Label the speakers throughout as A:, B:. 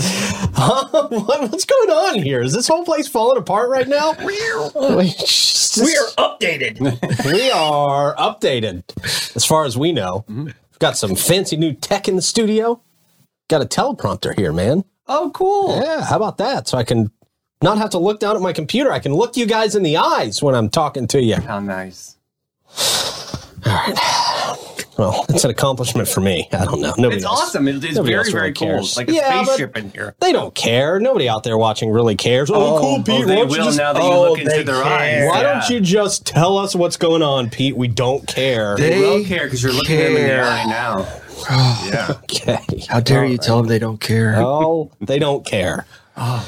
A: huh? What- What's going on here? Is this whole place falling apart right now? we
B: We are updated.
A: we are updated as far as we know.
C: Mm-hmm.
A: We've got some fancy new tech in the studio. Got a teleprompter here, man.
B: oh, cool.
A: Yeah, how about that? So I can not have to look down at my computer. I can look you guys in the eyes when I'm talking to you.
C: How nice.
A: Well, it's an accomplishment for me. I don't know. Nobody
C: It's
A: else-
C: awesome. It- it's
A: Nobody
C: very,
A: else
C: very
A: really
C: cool.
A: cares.
C: It's like a
A: Yeah, but-
C: spaceship in here.
A: They don't care. Nobody out there watching really cares. Oh, cool, Pete.
C: they
A: why don't you
C: will
A: just-
C: now that you
A: Oh,
C: look into
A: they
C: their
A: care.
C: eyes.
A: Why
C: Yeah.
A: don't you just tell us what's going on, Pete? We don't care.
C: They will
B: They
C: care because you're looking at them in the
B: care.
C: eye right now. Yeah.
A: okay.
B: How dare you tell them they don't care?
A: Oh, they don't care. All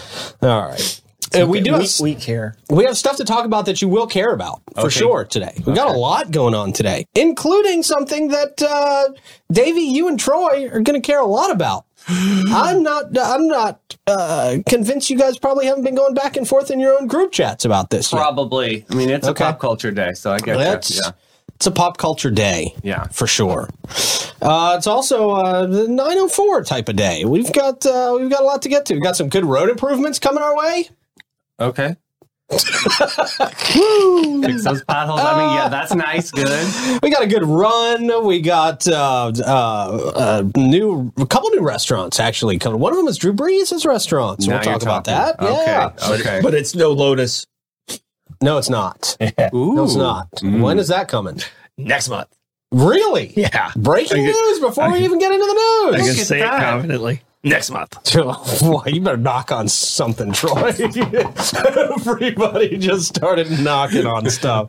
A: right. Uh, Ah. we do.
B: We,
A: have,
B: we care.
A: we have stuff to talk about that you will care about for
C: Okay.
A: sure today. We got a lot going on today, including something that uh, Davey, you and Troy are going to care a lot about. I'm not. I'm not uh, convinced. You guys probably haven't been going back and forth in your own group chats about this. yet.
C: Probably. I mean, it's
A: Okay.
C: a pop culture day, so I get that.
A: That's
C: Yeah.
A: it's a pop culture day.
C: Yeah.
A: for sure. Uh, it's also uh, the 904 type of day. We've got uh, we've got a lot to get to. We've got some good road improvements coming our way.
C: Okay. Fix those potholes. I mean, yeah, that's nice. Good.
A: We got a good run. We got uh, uh, uh, new a couple new restaurants actually coming. One of them is Drew Brees' restaurant. So
C: Now
A: we'll
C: you're
A: talk about
C: talking.
A: that. Yeah.
C: Okay. Okay.
B: But it's no Lotus
A: No, it's not.
C: Ooh.
A: No, it's not. When is that coming?
B: next month.
A: Really?
B: Yeah.
A: Breaking
B: I guess-
A: news before we even get into the
B: I
A: news.
B: can
C: at
B: say
C: that.
B: it confidently. Next month.
A: Boy, you better knock on something, Troy. Everybody just started knocking on stuff.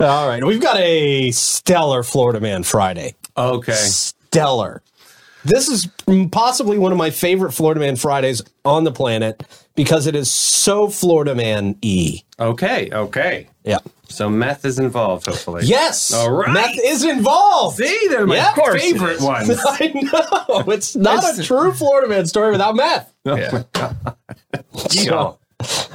A: All right. We've got a stellar Florida Man Friday.
C: Okay.
A: Stellar. This is possibly one of my favorite Florida Man Fridays on the planet because it is so Florida Man y.
C: Okay. Okay.
A: Yeah.
C: So meth is involved, hopefully.
A: Yes.
C: All right.
A: Meth is involved.
C: See, they're my
A: Yeah, of course
C: favorite ones.
A: I know. It's not a true Florida Man story without meth.
B: Yeah.
A: So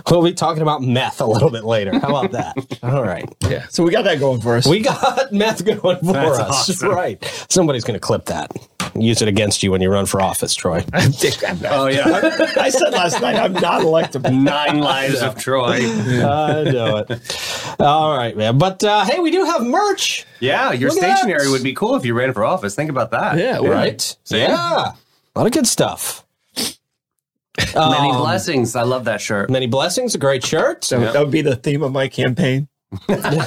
A: we'll be talking about meth a little bit later. How about that? All right.
B: yeah. So we got that going for us.
A: We got meth going for
C: That's
A: us.
C: awesome.
A: Right. Somebody's going to clip that. Use it against you when you run for office, Troy.
C: Oh yeah.
B: I said last night I'm not electable.
C: Nine lives of Troy.
A: I know it. All right, man. But uh, hey, we do have merch.
C: Yeah, your
A: Look at
C: stationery
A: that.
C: would be cool if you ran for office. Think about that.
B: Yeah, well,
A: Right. Yeah. A lot of good stuff.
C: Many
A: Um,
C: blessings. I love that shirt.
A: Many blessings. A great shirt.
B: So that would be the theme of my campaign.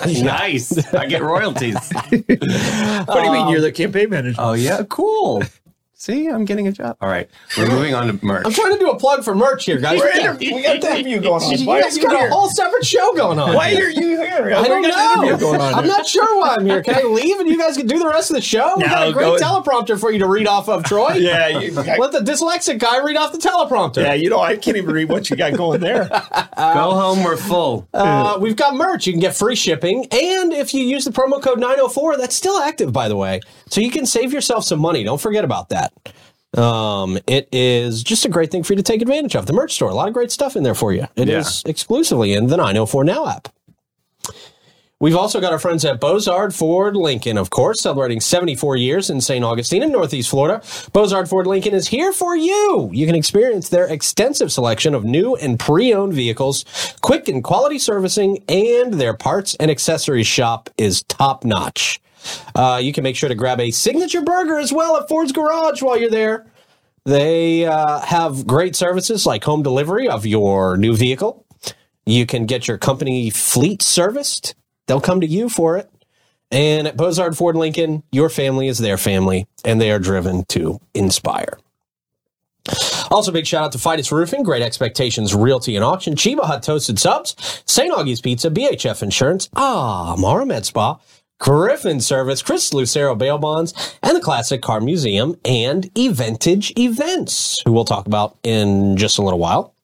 C: Nice. I get royalties.
B: What do you mean? You're the campaign manager.
C: oh yeah, cool. See, I'm getting a job. All right, we're moving on to merch.
A: I'm trying to do a plug for merch here, guys. We got-
B: we got that interview going
A: You
B: on.
A: guys got a whole separate show going on.
B: Why
A: here.
B: are you here?
A: I don't
B: We got an interview
A: know.
B: Going on
A: I'm not sure why I'm here. Can I leave and you guys can do the rest of the show? we got a
B: No,
A: great
B: go-
A: teleprompter for you to read off of, Troy.
B: yeah, you,
A: Let the dyslexic guy read off the teleprompter.
B: yeah. You know, I can't even read what you got going there.
C: Go home. We're full.
A: Uh, we've got merch. You can get free shipping. And if you use the promo code 904, that's still active, by the way. So you can save yourself some money. Don't forget about that. Um, it is just a great thing for you to take advantage of. The merch store, a lot of great stuff in there for you. It is
C: Yeah.
A: exclusively in the 904 Now app. We've also got our friends at Bozard Ford Lincoln, of course, celebrating 74 years in St. Augustine in Northeast Florida. Bozard Ford Lincoln is here for you. You can experience their extensive selection of new and pre owned vehicles, quick and quality servicing, and their parts and accessories shop is top notch. Uh, you can make sure to grab a signature burger as well at Ford's Garage while you're there. They uh, have great services like home delivery of your new vehicle. You can get your company fleet serviced. They'll come to you for it. And at Bozard Ford Lincoln, your family is their family, and they are driven to inspire. Also, big shout out to Fidus Roofing, Great Expectations Realty and Auction, Chiba Hut Toasted Subs, St. Augie's Pizza, BHF Insurance, Ah, Mara Med Spa, Griffin Service, Chris Lucero Bail Bonds, and the Classic Car Museum and Eventage Events, who we'll talk about in just a little while.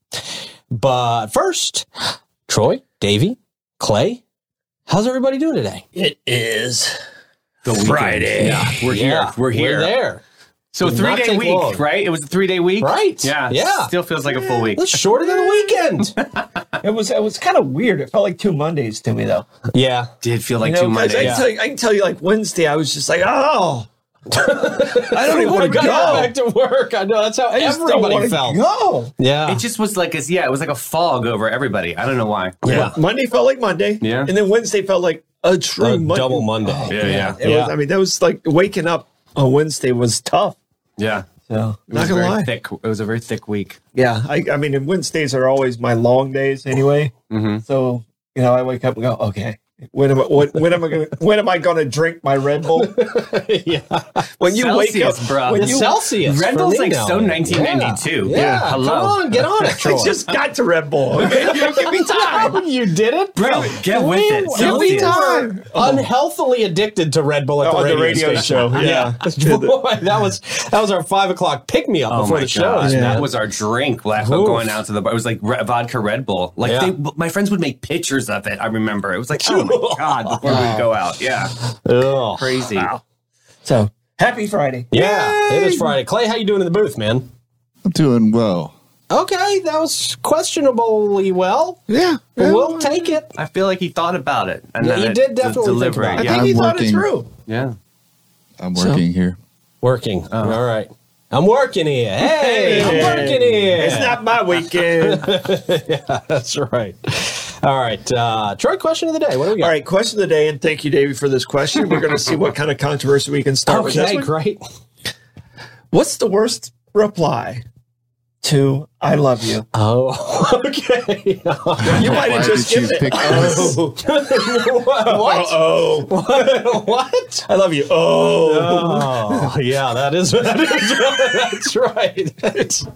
A: But first, Troy, Davey, Clay, how's everybody doing today?
B: It is
C: The weekend.
B: Friday.
C: Yeah, we're here. We're here.
A: there.
C: So
A: Did
C: three
A: not
C: day
A: take
C: week,
A: long.
C: right? It was a three day week,
A: Right.
C: Yeah,
A: Yeah.
C: Still feels like a full week.
A: That's shorter than a weekend.
B: It was. It was kind of weird. It felt like two Mondays to me, though.
A: yeah.
C: Did feel like
B: You know,
C: two
B: 'cause I,
C: Mondays.
B: can tell you, I can tell you, like Wednesday, I was just like, oh, I don't even want to
A: Got
B: go.
A: back to work. I know that's how
B: I just don't
A: everybody
B: wanna
A: felt.
B: Go.
A: Yeah.
C: It just was like, a, yeah, it was like a fog over everybody. I don't know why.
A: yeah.
B: Monday felt like Monday.
C: Yeah.
B: And then Wednesday felt like a true
A: A
B: Monday.
A: double Monday.
C: Oh, Yeah, yeah,
B: It
A: Yeah.
B: was, I mean, that was like waking up on Wednesday was tough.
C: yeah.
B: So
C: It was
B: not gonna
C: very
B: lie.
C: thick. It was a very thick week.
B: Yeah, I, I mean, and Wednesdays are always my long days anyway.
C: Mm-hmm.
B: So you know, I wake up and go, okay, when am I when, when am I gonna when am I gonna drink my Red Bull?
A: yeah.
B: When you wake up,
C: Celsius, bro.
B: when
A: It's
B: you,
A: Celsius.
C: Red
A: for
C: Bull's
A: me
C: like
A: now.
C: so 1992.
A: Yeah.
C: Yeah,
A: Come
C: hello.
A: on, get on it, Troy.
B: I just got to Red Bull. Okay, you know, give me time.
A: you did it,
C: Bro, get with it.
A: Give me
C: Celsius.
A: time. Unhealthily addicted to Red Bull at
B: Oh,
A: the, radio station.
B: show, yeah.
A: Boy, that was that was our five o'clock pick me up
C: Oh
A: before
C: my
A: the
C: god,
A: shows. man.
C: that was our drink. Laugh
A: Oof.
C: going out to the bar. It was like re- vodka Red Bull. Like
A: Yeah.
C: they, my friends would make pictures of it. I remember it was like, oh my god, before we would go out. Yeah,
A: Ugh.
C: crazy.
B: So happy Friday.
A: Yeah, it is Friday. Clay, how you doing in the booth, man?
D: I'm doing well.
A: Okay, that was questionably well.
D: Yeah.
A: but
D: yeah.
A: we'll take it.
C: I feel like he thought about it, and
A: Yeah,
C: then
A: he
C: it
A: did
C: d-
A: definitely think
C: deliberate.
A: about it.
D: Yeah,
B: I think he
D: I'm
B: thought it
D: working.
B: through.
C: Yeah,
D: I'm working here.
A: Working. All right. I'm working here. Uh-huh. Hey, I'm
B: Hey.
A: working here.
B: It's not my weekend.
A: That's right. All right. Uh, Troy, question of the day. What do we got?
B: All right, question of the day, and thank you, Davey, for this question. We're going to see what kind of controversy we can start with. This
A: Okay,
B: one.
A: great.
B: What's the worst reply to "I love you"?
A: Oh, okay.
B: You might have
D: Why
B: just
D: did you
B: given it.
D: pick this?
B: Oh,
A: what?
B: oh,
A: what?
B: I love you. Oh,
A: Oh, yeah, that is, that is that's right. That's-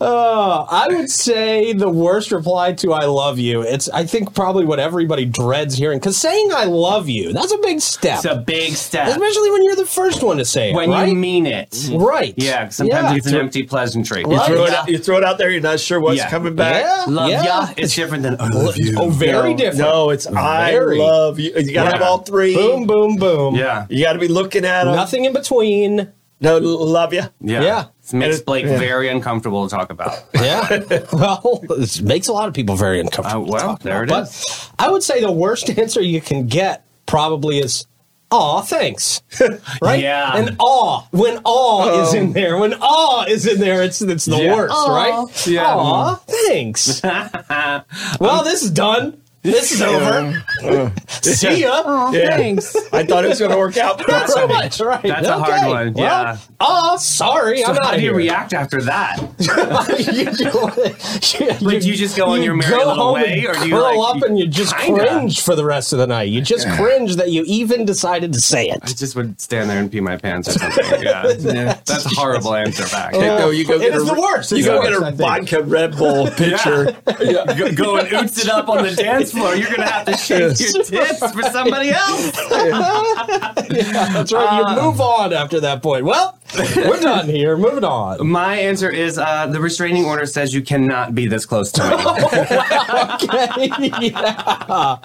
A: uh, I would say the worst reply to "I love you." It's I think probably what everybody dreads hearing because saying "I love you" that's a big step,
C: it's a big step
A: especially when you're the first one to say it,
C: when
A: right?
C: you mean it.
A: right?
C: Yeah, sometimes
A: Yeah.
C: it's an empty pleasantry.
A: Right.
B: throw it
A: yeah.
B: out, you throw it out there. You're not sure what's
C: Yeah.
B: coming back.
A: Yeah,
C: Love
A: yeah.
C: ya. It's different than I love you.
A: Oh, very
B: no,
A: different.
B: No, it's
A: Very.
B: I love you. You got to
C: Yeah.
B: have all three.
A: Boom, boom, boom.
C: Yeah,
B: You got to be looking at them.
A: Nothing in between.
B: No, l- love you.
C: yeah.
A: Yeah.
C: It makes Blake
B: Yeah.
C: very uncomfortable to talk about.
A: Yeah. well, it makes a lot of people very
C: Uh,
A: uncomfortable.
C: well, there it
A: but
C: is.
A: I would say the worst answer you can get probably is, aw, thanks. right?
C: Yeah. Oh.
A: And aw, when aw is in there, when aw is in there, it's it's the
C: Yeah.
A: worst, right?
C: Yeah.
A: Aw, thanks. well, this is done. This is over. See ya.
B: Yeah.
C: Thanks.
B: I thought it was going to work out.
A: Not so much, right?
C: That's a hard one,
A: Well,
C: yeah.
A: Aw, sorry. I'm
C: How
A: out of
C: do you
A: here.
C: react after that?
A: you, you,
C: Like, do you just go on your merry
A: go
C: little
A: home
C: way,
A: and
C: or do you,
A: curl
C: like,
A: up and you just
C: kinda?
A: cringe for the rest of the night. You just cringe that you even decided to say
C: I
A: it.
C: just would stand there and pee my pants or something. Yeah, that's a horrible answer back.
B: No, you go
A: It
B: get
A: is
B: a,
A: the worst. It's
B: You
A: the
B: go get
A: worst,
B: a
A: I think.
B: vodka Red Bull picture.
C: Go, go and oots it up on the dance floor. You're gonna have to shake your tits for somebody else.
A: That's right. you
C: Um,
A: move on after that point. Well, we're done here. Moving on.
C: My answer is uh, the restraining order says you cannot be this close to me.
A: Okay. Yeah.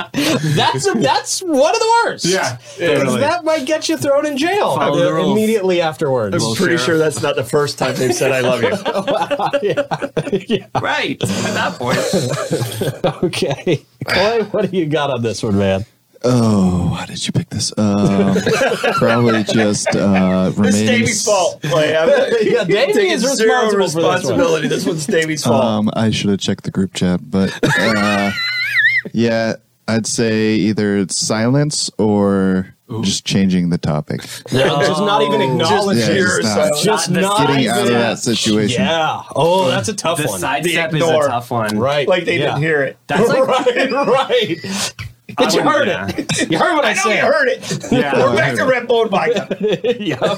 A: That's a, that's one of the worst.
C: Yeah,
A: 'Cause
C: totally.
A: that might get you thrown in jail
C: Follow the rules.
A: immediately afterwards.
B: I'm pretty
C: sheriff.
B: sure that's not the first time they've said "I love you."
C: right at that point.
A: Okay, Clay, what do you got on this one, man?
D: Oh, why did you pick this? Um, probably just uh,
B: It's
D: remaining.
B: Davey's fault. Like, I'm
A: Yeah, Davey
B: taking
A: is responsible
B: zero
A: for this one. Uh,
B: responsibility. This, one's Davey's fault.
D: Um, I should have checked the group chat, but uh, yeah, I'd say either it's silence or just changing the topic.
A: Just not even
C: Oh.
A: acknowledging.
D: Yeah,
B: Pure
D: just not-
B: silence.
A: just
C: Not
A: not
D: Getting out of
A: even-
D: that situation.
A: Yeah. Oh, that's a tough
C: The
A: one.
C: sidestep is a
B: ignore.
C: tough one.
A: right.
B: like they
A: yeah.
B: didn't hear it.
C: That's like
A: Right. Right. But you
C: wouldn't-
A: heard it. You heard what I,
B: I know you
A: said.
B: heard it.
C: Yeah.
B: We're back to Red Bull and vodka.
A: Yeah.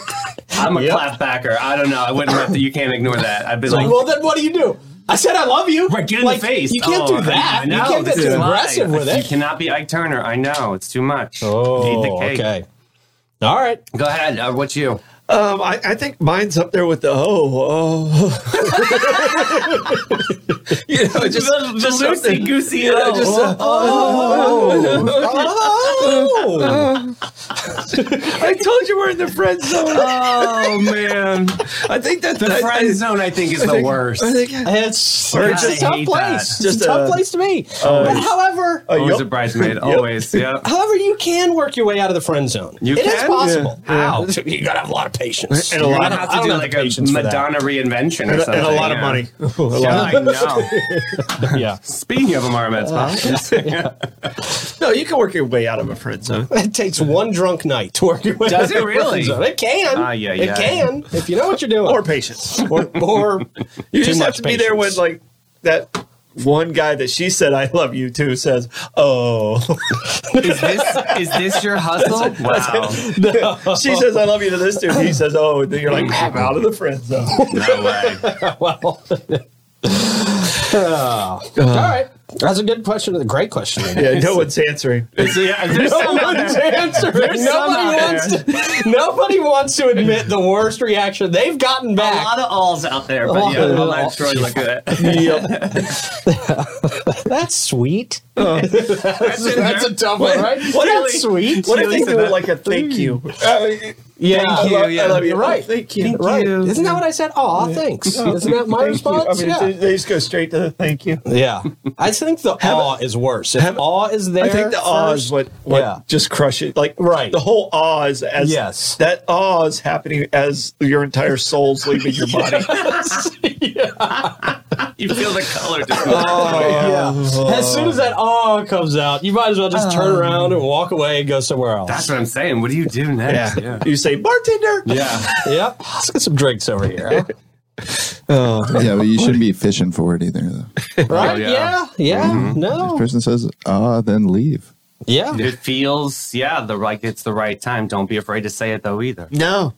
C: I'm a
A: Yep.
C: clapbacker. I don't know. I wouldn't let that. You can't ignore that. I'd be like,
A: well, then what do you do? I said I love you.
C: Right, get in
A: Like,
C: the face.
A: You can't
C: Oh,
A: do that.
C: I know,
A: you can't get
C: this
A: too
C: is why.
A: aggressive with
C: You
A: it.
C: cannot be Ike Turner. I know it's too much. Eat
A: oh,
C: the cake.
A: okay. All right.
C: Go ahead. Uh, what's you?
B: Um, I, I think mine's up there with the oh oh. you know, just
C: the the
B: just
C: loosey
B: something.
C: goosey.
B: You know, just uh, oh.
A: Oh,
B: I told you we're in the friend zone.
C: oh man,
B: I think that's
C: the
B: I- I-
C: friend zone I think is the worst.
B: I think
A: it's,
C: God,
A: it's
C: I
A: a tough
C: hate
A: place.
B: that.
A: it's
B: Just
A: a tough
B: a-
A: place to be. But however,
B: Oh,
C: Always a
B: yup.
C: bridesmaid. Always. Yep.
A: however, you can work your way out of the friend zone.
C: You
A: It is
C: can?
A: possible.
C: How?
A: You gotta have a lot of patience
B: And a
C: You're
B: lot
C: gonna
A: I
B: of-
C: have
A: don't
C: to do
A: have
C: like
A: the
C: a
A: patience for that.
C: Madonna reinvention or
B: and,
C: something.
B: and a lot of
C: yeah.
B: money. A lot.
C: Yeah, I know.
A: yeah.
C: Speaking of Amara Metzbox,
B: No, you can work your way out of a friend zone.
A: It takes one drunk night to work your way.
C: Does
A: out of
C: it really?
A: the friend zone. It can.
C: Ah, yeah, yeah.
A: It can if you know what you're doing.
B: Or patience.
A: or, or
B: You
A: too
B: just have
A: much
B: to be there when
A: patience.
B: like that one guy that she said I love you to says, Oh
C: is this is this your hustle? Wow.
B: she says I love you to this dude. He says, Oh, and then you're like, I'm out of the friend zone.
C: No way.
A: well. Oh. all right, that's a good question. A great question.
B: Yeah, no one's answering.
C: yeah, there's
A: No
C: some out
A: one's
C: there.
A: answering.
C: There's some
A: Nobody
C: out
A: wants, to, nobody wants to admit the worst reaction they've gotten
C: A
A: back.
C: lot of alls out there,
A: A
C: but
A: lot
C: yeah,
A: of
C: I'll let
A: alls.
C: Troy look at it.
B: Yep.
A: That's sweet. that's, that's a tough one, right?
B: What
A: that's
B: if-
A: sweet.
B: What if they
C: Really
B: do
C: said
B: like a thank you? I
A: yeah,
C: Thank you,
B: love-
C: yeah.
B: I love you.
A: You're right.
B: Oh, Thank you.
A: right.
C: you.
A: Isn't that what I said? Oh, thanks. Isn't that my
B: Thank you.
A: response?
B: I mean,
A: yeah.
B: they- they just go straight to the thank you.
A: Yeah, I think the awe is worse. If awe is there,
B: I think the awe is
A: first-
B: what, what
A: Yeah.
B: just crush it. Like
A: Right.
B: the whole awe is as
A: Yes.
B: that awe is happening as your entire soul's leaving your body.
C: You feel the color. difference.
A: Oh, yeah. As soon as that awe comes out, you might as well just turn around and walk away and go somewhere else.
C: That's what I'm saying. What do you do
B: Yeah.
C: next? Yeah.
B: You say bartender.
C: Yeah.
A: yep. Let's get some drinks over here. huh?
D: yeah, but you shouldn't be fishing for it either. Though.
A: Right?
C: yeah.
A: Oh, yeah. Mm-hmm. Yeah.
B: Oh.
D: If a
A: No.
D: person says ah, then leave.
A: Yeah.
C: It feels, yeah, the like it's the right time. Don't be afraid to say it though either.
B: No.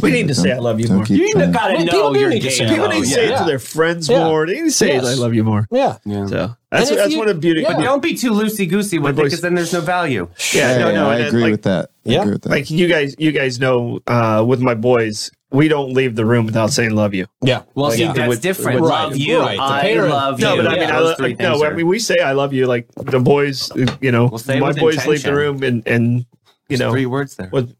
B: We need to say I love you
D: Don't
B: more. Oh,
D: keep
C: You
D: trying.
C: gotta
A: Mm-hmm. Well, people
C: know
A: do
C: you're
A: need to
C: gay.
A: say
B: People
C: though,
B: need to
C: yeah.
B: say it to their friends
A: Yeah.
B: more. They need to say
A: Yes.
B: I love you more.
A: Yeah.
C: Yeah.
B: So that's
A: if
B: that's
A: you-
B: one of the beauty.
A: yeah.
B: Yeah,
C: Don't be too loosey goosey with it
B: voice-
C: because then there's no value.
D: Yeah,
B: no,
D: yeah,
B: no.
D: I
B: and then,
D: agree
B: like,
D: with that. I
A: Yeah.
D: agree with that.
B: like you guys, you guys know uh, with my boys, we don't leave the room without saying love you.
A: Yeah.
C: Well, see,
A: yeah.
C: that's
B: with-
C: different.
A: with-
C: love
A: right,
C: you.
A: right. The
C: I
A: parent-
C: love you.
B: No, but I
A: Yeah,
B: mean, I,
C: Those three things
B: no, I
C: are-
B: mean, we say I love you. Like the boys, uh, you know,
C: say it
B: my
C: with
B: boys leave
C: intention.
B: the room and and you know,
C: three words there.
B: with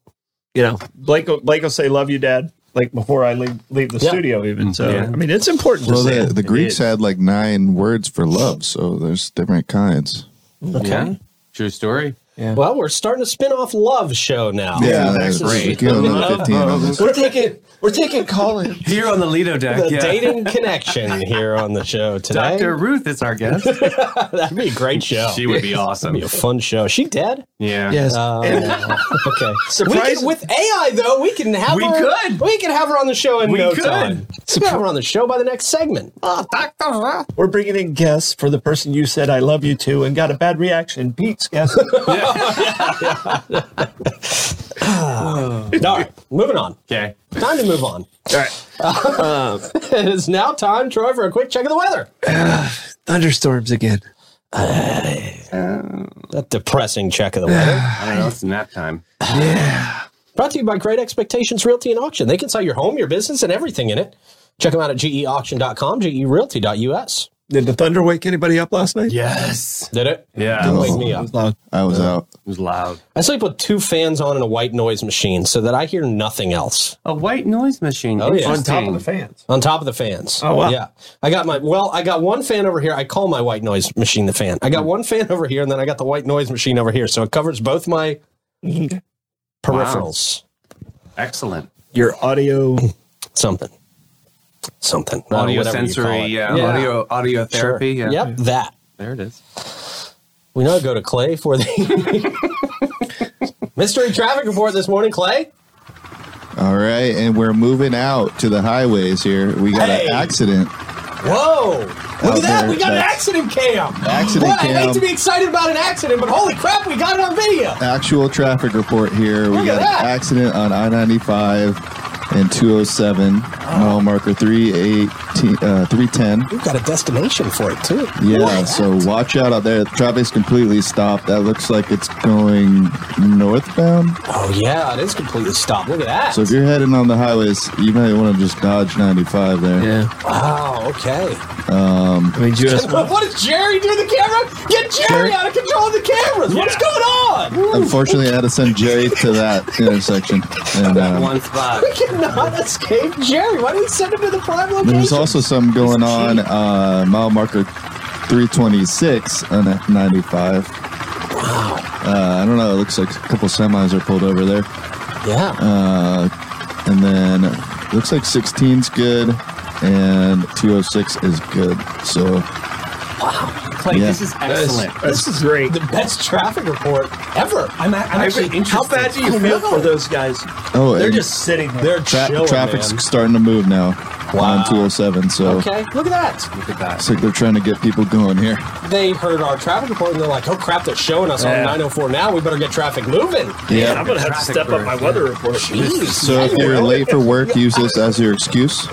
B: you know, Blake will, Blake will say love you, Dad. Like before I leave leave the
A: Yeah.
B: studio, even so.
C: Yeah.
B: I mean, it's important to
D: Well,
B: say.
D: the,
B: it.
D: the Greeks had like nine words for love, so there's different kinds.
C: Yeah. True story.
A: Well, we're starting a spin off love show now.
D: that's
A: Oh, great.
D: We could go another 15 on this.
B: We're taking we're taking Colin.
C: Here on the Lido deck,
A: The
C: yeah.
A: dating connection here on the show today.
C: Dr. Ruth is our guest.
A: That'd be a great show.
C: she would be awesome.
A: That'd be a fun show. She dead?
C: Yeah.
B: Yes.
A: Oh, okay. We
B: Surprise-
A: could, with AI though, we can have
C: We
A: her.
C: could.
A: We can have her on the show in
C: We
A: no
C: could.
A: time. We can have her on the show by the next segment.
B: we're bringing in guests for the person you said I love you to and got a bad reaction. Pete's guest.
A: All right, moving on.
C: Okay.
A: Time to move on. It is now time, Troy, for a quick check of the weather.
B: Thunderstorms again.
A: That depressing check of the weather.
C: I don't know. It's nap time.
A: Brought to you by Great Expectations Realty and Auction. They can sell your home, your business, and everything in it. Check them out at E geauction.com, gerealty.us.
B: Did the thunder wake anybody up last night?
C: Yes.
A: Did it?
C: Yeah.
D: Oh.
C: It
A: Wake me
B: It
A: up.
B: was loud.
D: I was out.
C: was loud.
A: I sleep with two fans on and a white noise machine so that I hear nothing else.
C: A white noise machine.
A: Oh, yeah.
B: On top
C: Interesting.
B: of the fans.
A: On top of the fans.
B: Oh, wow.
A: Yeah. I got my, well, I got one fan over here. I call my white noise machine the fan. I got one fan over here, and then I got the white noise machine over here. So it covers both my peripherals.
C: Excellent.
B: Your audio.
A: Something. Something. I don't know,
C: Audio
A: whatever you
C: sensory,
A: call it.
C: yeah. Audio audio therapy.
A: Sure.
C: Yeah.
A: Yep, that.
C: There it is.
A: We now go to Clay for the mystery traffic report this morning, Clay.
D: All right, and we're moving out to the highways here. We got
A: Hey.
D: an accident.
A: Whoa! Look
D: Out
A: at that!
D: there,
A: We got an
D: that's-
A: accident cam!
D: Accident
A: Boy, I hate
D: cam.
A: to be excited about an accident, but holy crap, we got it on video!
D: Actual traffic report here. We
A: Look at
D: got an
A: that.
D: accident on I 95 and 207.
A: Oh.
D: Mile marker 318, uh, 310.
A: You've got a destination for it too.
D: Yeah, so watch out out there. Traffic's completely stopped. That looks like it's going northbound.
A: Oh yeah, it is completely stopped. Look at that.
D: So if you're heading on the highways, you might want to just dodge 95 there.
C: Yeah.
A: wow. Okay.
D: Um,
C: I mean, just
A: what did Jerry do to the camera? Get Jerry out of control of the cameras. What's going on?
D: Unfortunately, I had to send Jerry to that intersection. And, uh,
C: one spot.
A: We cannot escape Jerry. Why did he send him to the prime location?
D: there's also some going on uh, mile marker 326 on that 95. Uh, I don't know. It looks like a couple semis are pulled over there.
A: yeah.
D: Uh, and then uh, looks like 16's good and 206 is good. So
C: Clay,
D: Uh, Yeah.
C: this is excellent.
B: That's great.
A: the best traffic report ever. I'm, I'm actually interested.
B: How bad do you feel for those guys?
D: oh,
B: They're
D: and
B: just sitting there.
A: They're
D: tra-
A: chilling,
D: traffic's
A: man.
D: starting to move now
A: Wow.
D: on 207. So
A: Okay, look at that.
C: Look at that.
D: it's like they're trying to get people going here.
A: They heard our traffic report and they're like, "Oh crap, they're showing us on
B: Yeah.
A: 904 now. We better get traffic moving."
B: Man, I'm
D: Yeah.
B: gonna have to
C: Traffic
B: step up my
C: birds,
B: weather report.
A: Jeez.
D: So if you're late for work, use this as your excuse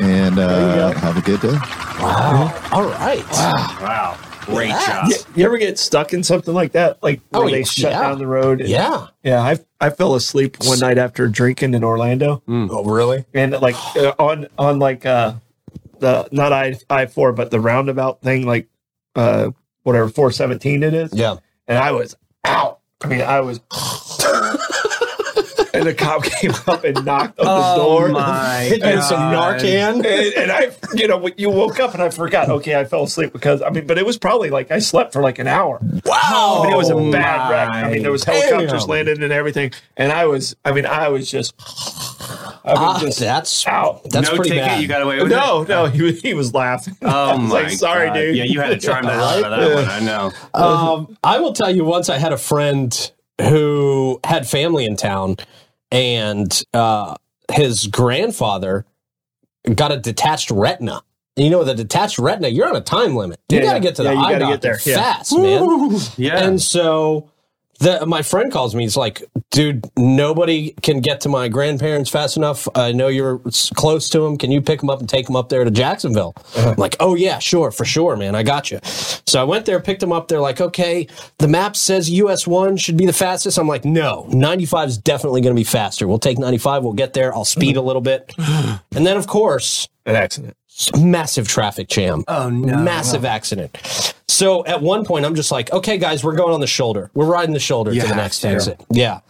D: and uh, have a good day.
A: Wow. All right. Wow.
C: Wow. Great
A: Yeah.
C: job.
B: You, you ever get stuck in something like that? Like where
A: Oh,
B: they
A: yeah.
B: shut down the road? and-
A: Yeah.
B: Yeah, I I fell asleep one night after drinking in Orlando,
A: Oh, really?
B: and like uh, on on like uh the not I I four but the roundabout thing, like uh whatever four seventeen it is,
A: Yeah.
B: and I was out. I mean, I was. and the cop came up and knocked on the
A: Oh
B: door.
C: Oh my
A: And some Narcan.
B: And, and I, you know, you woke up and I forgot. Okay, I fell asleep because I mean, but it was probably like I slept for like an hour.
A: Wow.
B: I mean, it was a
C: Oh
B: bad wreck.
C: my
B: I mean, there was helicopters
A: damn.
B: landing and everything, and I was, I mean, I was just, I
A: Ah,
B: was just
A: that's
B: out.
A: that's
C: no
A: pretty
C: ticket.
A: bad.
C: You got away with it.
B: no, no, he was, he was laughing. I
C: Oh
B: was
C: my.
B: like, sorry,
C: God.
B: dude.
C: Yeah, you had to charm the hell out of that one. I know.
A: um, I will tell you once I had a friend who had family in town and uh, his grandfather got a detached retina. And You know, with a detached retina, you're on a time limit. You
B: Yeah,
A: got to
B: yeah.
A: get to the
B: Yeah, you
A: eye
B: gotta get
A: doctor
B: there, yeah.
A: fast, man.
C: Yeah.
A: And so the, my friend calls me. He's like, dude, nobody can get to my grandparents fast enough. I know you're s- close to them. Can you pick them up and take them up there to Jacksonville? I'm like, oh, yeah, sure, for sure, man. I got you. So I went there, picked them up. They're like, okay, the map says US 1 should be the fastest. I'm like, no, 95 is definitely going to be faster. We'll take 95. We'll get there. I'll speed a little bit. And then, of course,
B: An accident.
A: massive traffic jam.
C: Oh, no.
A: Massive accident. So at one point, I'm just like, okay, guys, we're going on the shoulder. We're riding the shoulder
C: You
A: to the
C: have
A: next
C: to.
A: exit. Yeah.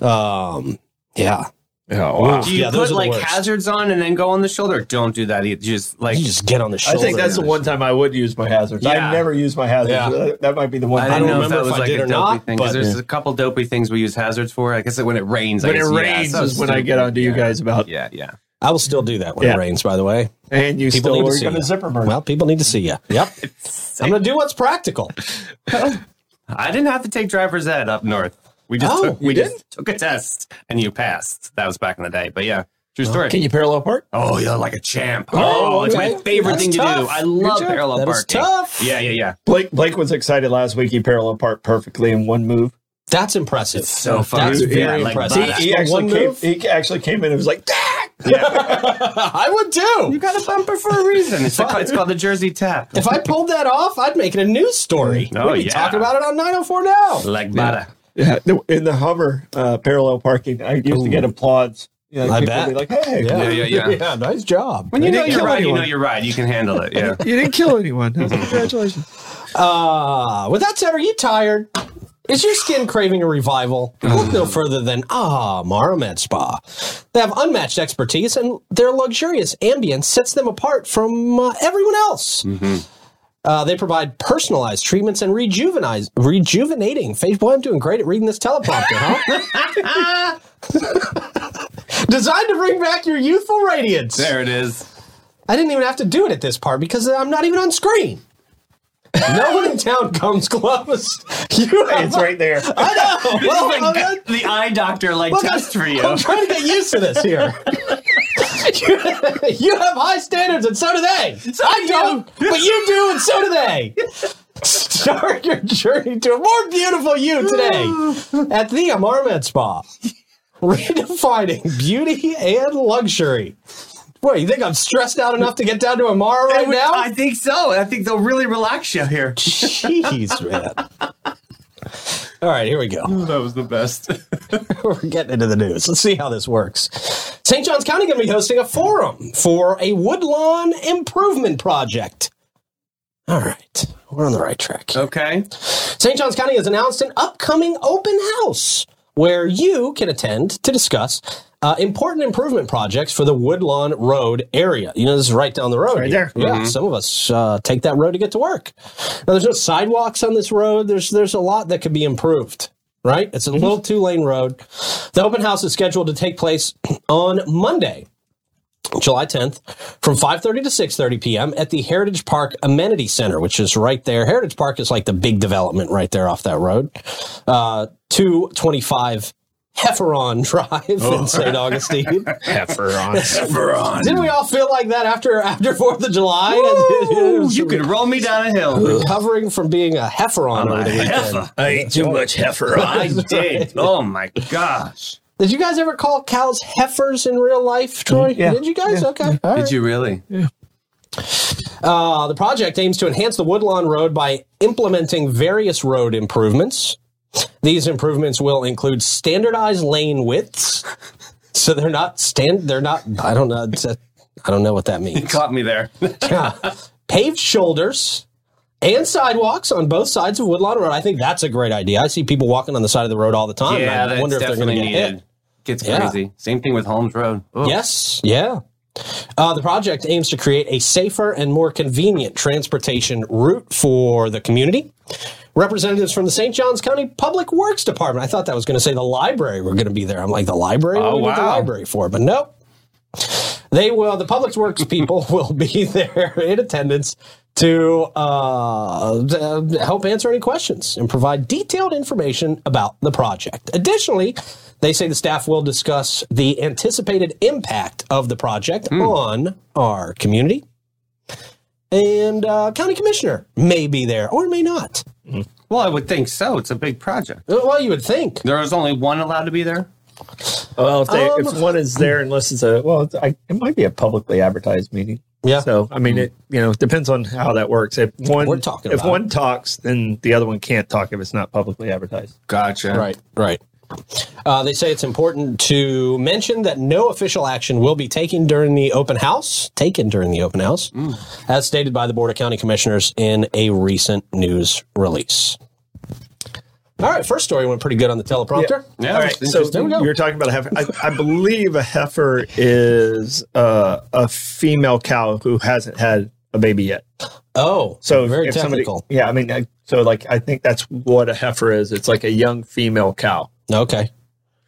A: Um, yeah.
B: Oh, wow.
C: do you
A: Yeah, those
C: put
A: are the
C: like
A: worst.
C: hazards on and then go on the shoulder? Don't do that either. Just like
A: You just get on the
B: I
A: shoulder.
B: think that's the one time I would use my hazards.
C: Yeah.
B: I never use my hazards.
A: Yeah.
B: That, that might be the one.
C: I
B: time.
C: don't,
A: don't
C: know
A: remember
C: if
A: if
C: that was
A: I
C: like
A: did
C: a
A: or
C: dopey
A: not,
C: thing because
A: but-
C: there's a couple dopey things we use hazards for. I guess that when it rains, I
B: When it
C: guess, yeah,
B: rains
C: so
B: is when I get
C: stupid.
B: onto you
C: Yeah.
B: guys about,
C: Yeah, yeah.
A: I will still do that when
B: Yeah.
A: it rains, by the way.
B: and you
A: People
B: still
A: need to
B: were
A: see
B: going to
A: that.
B: zipper burn.
A: Well, people need to see you. Yep. I'm going to do what's practical.
C: I didn't have to take driver's ed up north. We just
A: Oh,
C: took,
A: you
C: we just took a test and you passed. That was back in the day. But yeah,
A: Oh,
C: true story.
B: you parallel park?
C: oh, you're like a champ. Oh, it's my
A: okay.
C: favorite
A: That's
C: thing to
A: tough.
C: do. I
A: Good
C: love
A: job.
C: parallel
A: That
C: parking.
A: is tough.
C: Yeah, yeah, yeah.
B: Blake Blake was excited last week. He parallel parked perfectly in one move.
A: That's impressive.
C: so fun.
A: That's
C: Dude, yeah,
A: very
C: like
A: impressive.
C: butter.
B: He
A: But
B: actually
A: one
B: came.
A: move?
B: He actually came in and was like, "Dak!"
A: I would too.
C: You got a bumper for a reason. It's, a, it's called the Jersey Tap.
A: If I pulled that off, I'd make it a news story.
C: Oh,
A: We'd be
C: yeah.
A: talking about it on 904 now.
C: like butter.
B: Yeah, the- in the hover uh, parallel parking, I used to get applauds. You know,
A: I
B: people
A: bet.
B: would be like, "Hey,
A: Yeah.
C: yeah, yeah.
A: yeah nice job. uh,
C: When you
B: They
C: know
B: didn't
C: you're
B: kill
C: right, you
B: anyone.
C: know you're right. You can handle it. Yeah.
B: you didn't kill anyone. Congratulations."
A: Ah, with that said, are you tired? Is your skin craving a revival?
C: Mm.
A: Look no further than Ah Mara Med Spa. They have unmatched expertise, and their luxurious ambience sets them apart from uh, everyone else.
C: Mm-hmm.
A: Uh, they provide personalized treatments and rejuvenize, rejuvenating. Face, boy, I'm doing great at reading this teleprompter, huh? Designed to bring back your youthful radiance.
C: There it is.
A: I didn't even have to do it at this part because I'm not even on screen. no one in town comes close. You have,
B: It's right there.
A: I know. Well,
C: Like,
A: I'm, not-
C: the eye doctor like
A: I'm-
C: test for you.
A: I'm trying to get used to this here. you, you have high standards, and so do they. I
C: do
A: don't, but you do, and so do they. Start your journey to a more beautiful you today at the Amarmet Spa. redefining beauty and luxury. Wait, you think I'm stressed out enough to get down to Amara right now?
C: I think so. I think they'll really relax you here.
A: Jeez, man. All right, here we go.
C: Hmm.
E: That was the best.
A: We're getting into the news. Let's see how this works. St. John's County going to be hosting a forum for a woodlawn improvement project. All right, we're on the right track.
C: Okay.
A: St. John's County has announced an upcoming open house where you can attend to discuss uh, important improvement projects for the Woodlawn Road area. You know, this is right down the road.
B: Right
A: here.
B: there.
A: Yeah, some of us uh, take that road to get to work. Now, there's no sidewalks on this road. There's there's a lot that could be improved. Right, it's a
B: Mm-hmm.
A: little two lane road. The open house is scheduled to take place on Monday, July 10th from 5:30 to 6:30 p.m. at the Heritage Park Amenity Center, which is right there. Heritage Park is like the big development right there off that road. Uh 225 Hefferon Drive in St. Augustine. Didn't we all feel like that after after 4th of July?
C: Ooh, you could roll me down a hill.
A: recovering from being a Hefferon over the weekend.
C: I ate too much heifer. I did. Oh my gosh.
A: Did you guys ever call cows heifers in real life, Troy?
B: yeah.
A: Did you guys? Okay. All right.
C: Did you really?
A: Uh, the project aims to enhance the Woodlawn Road by implementing various road improvements. These improvements will include standardized lane widths, so they're not stand. They're not. I don't know. it's a- I don't know what that means.
C: Caught me there.
A: Paved shoulders and sidewalks on both sides of Woodlawn Road. I think that's a great idea. I see people walking on the side of the road all the time. and
C: yeah,
A: I
C: that's
A: wonder if they're going
C: definitely
A: to get hit.
C: needed. Gets
A: Yeah.
C: crazy. Same thing with Holmes Road. Oh.
A: Yes. Yeah. Uh, the project aims to create a safer and more convenient transportation route for the community. Representatives from the St. Johns County Public Works Department. I thought that was going to say the library were going to be there. I'm like, the library? What
C: Oh,
A: do we need the
C: wow.
A: library for? But nope. They will. The public works people will be there in attendance to uh, to help answer any questions and provide detailed information about the project. Additionally, they say the staff will discuss the anticipated impact of the project
C: Hmm.
A: on our community. And uh, county commissioner may be there or may not.
C: Well, I would think so. It's a big project.
A: Well, you would think.
C: There was only one allowed to be there.
B: Well, if, they,
A: Um,
B: if one is there, unless it's a well, it's, I, it might be a publicly advertised meeting.
A: Yeah.
B: So I mean, it you know it depends on how that works. If one
A: We're talking
B: if
A: about
B: one talks, then the other one can't talk if it's not publicly advertised.
E: Gotcha.
A: Right, right. Uh, they say it's important to mention that no official action will be taken during the open house, taken during the open house,
C: Mm.
A: as stated by the Board of County Commissioners in a recent news release. All right, first story went pretty good on the teleprompter.
C: Yeah.
B: All right.
C: that's
B: So
A: There we go.
B: you're talking about a heifer. I, I believe a heifer is uh, a female cow who hasn't had a baby yet.
A: Oh,
B: So
A: very
B: if somebody,
A: technical.
B: yeah, I mean, I, so like I think that's what a heifer is. It's like a young female cow.
A: okay,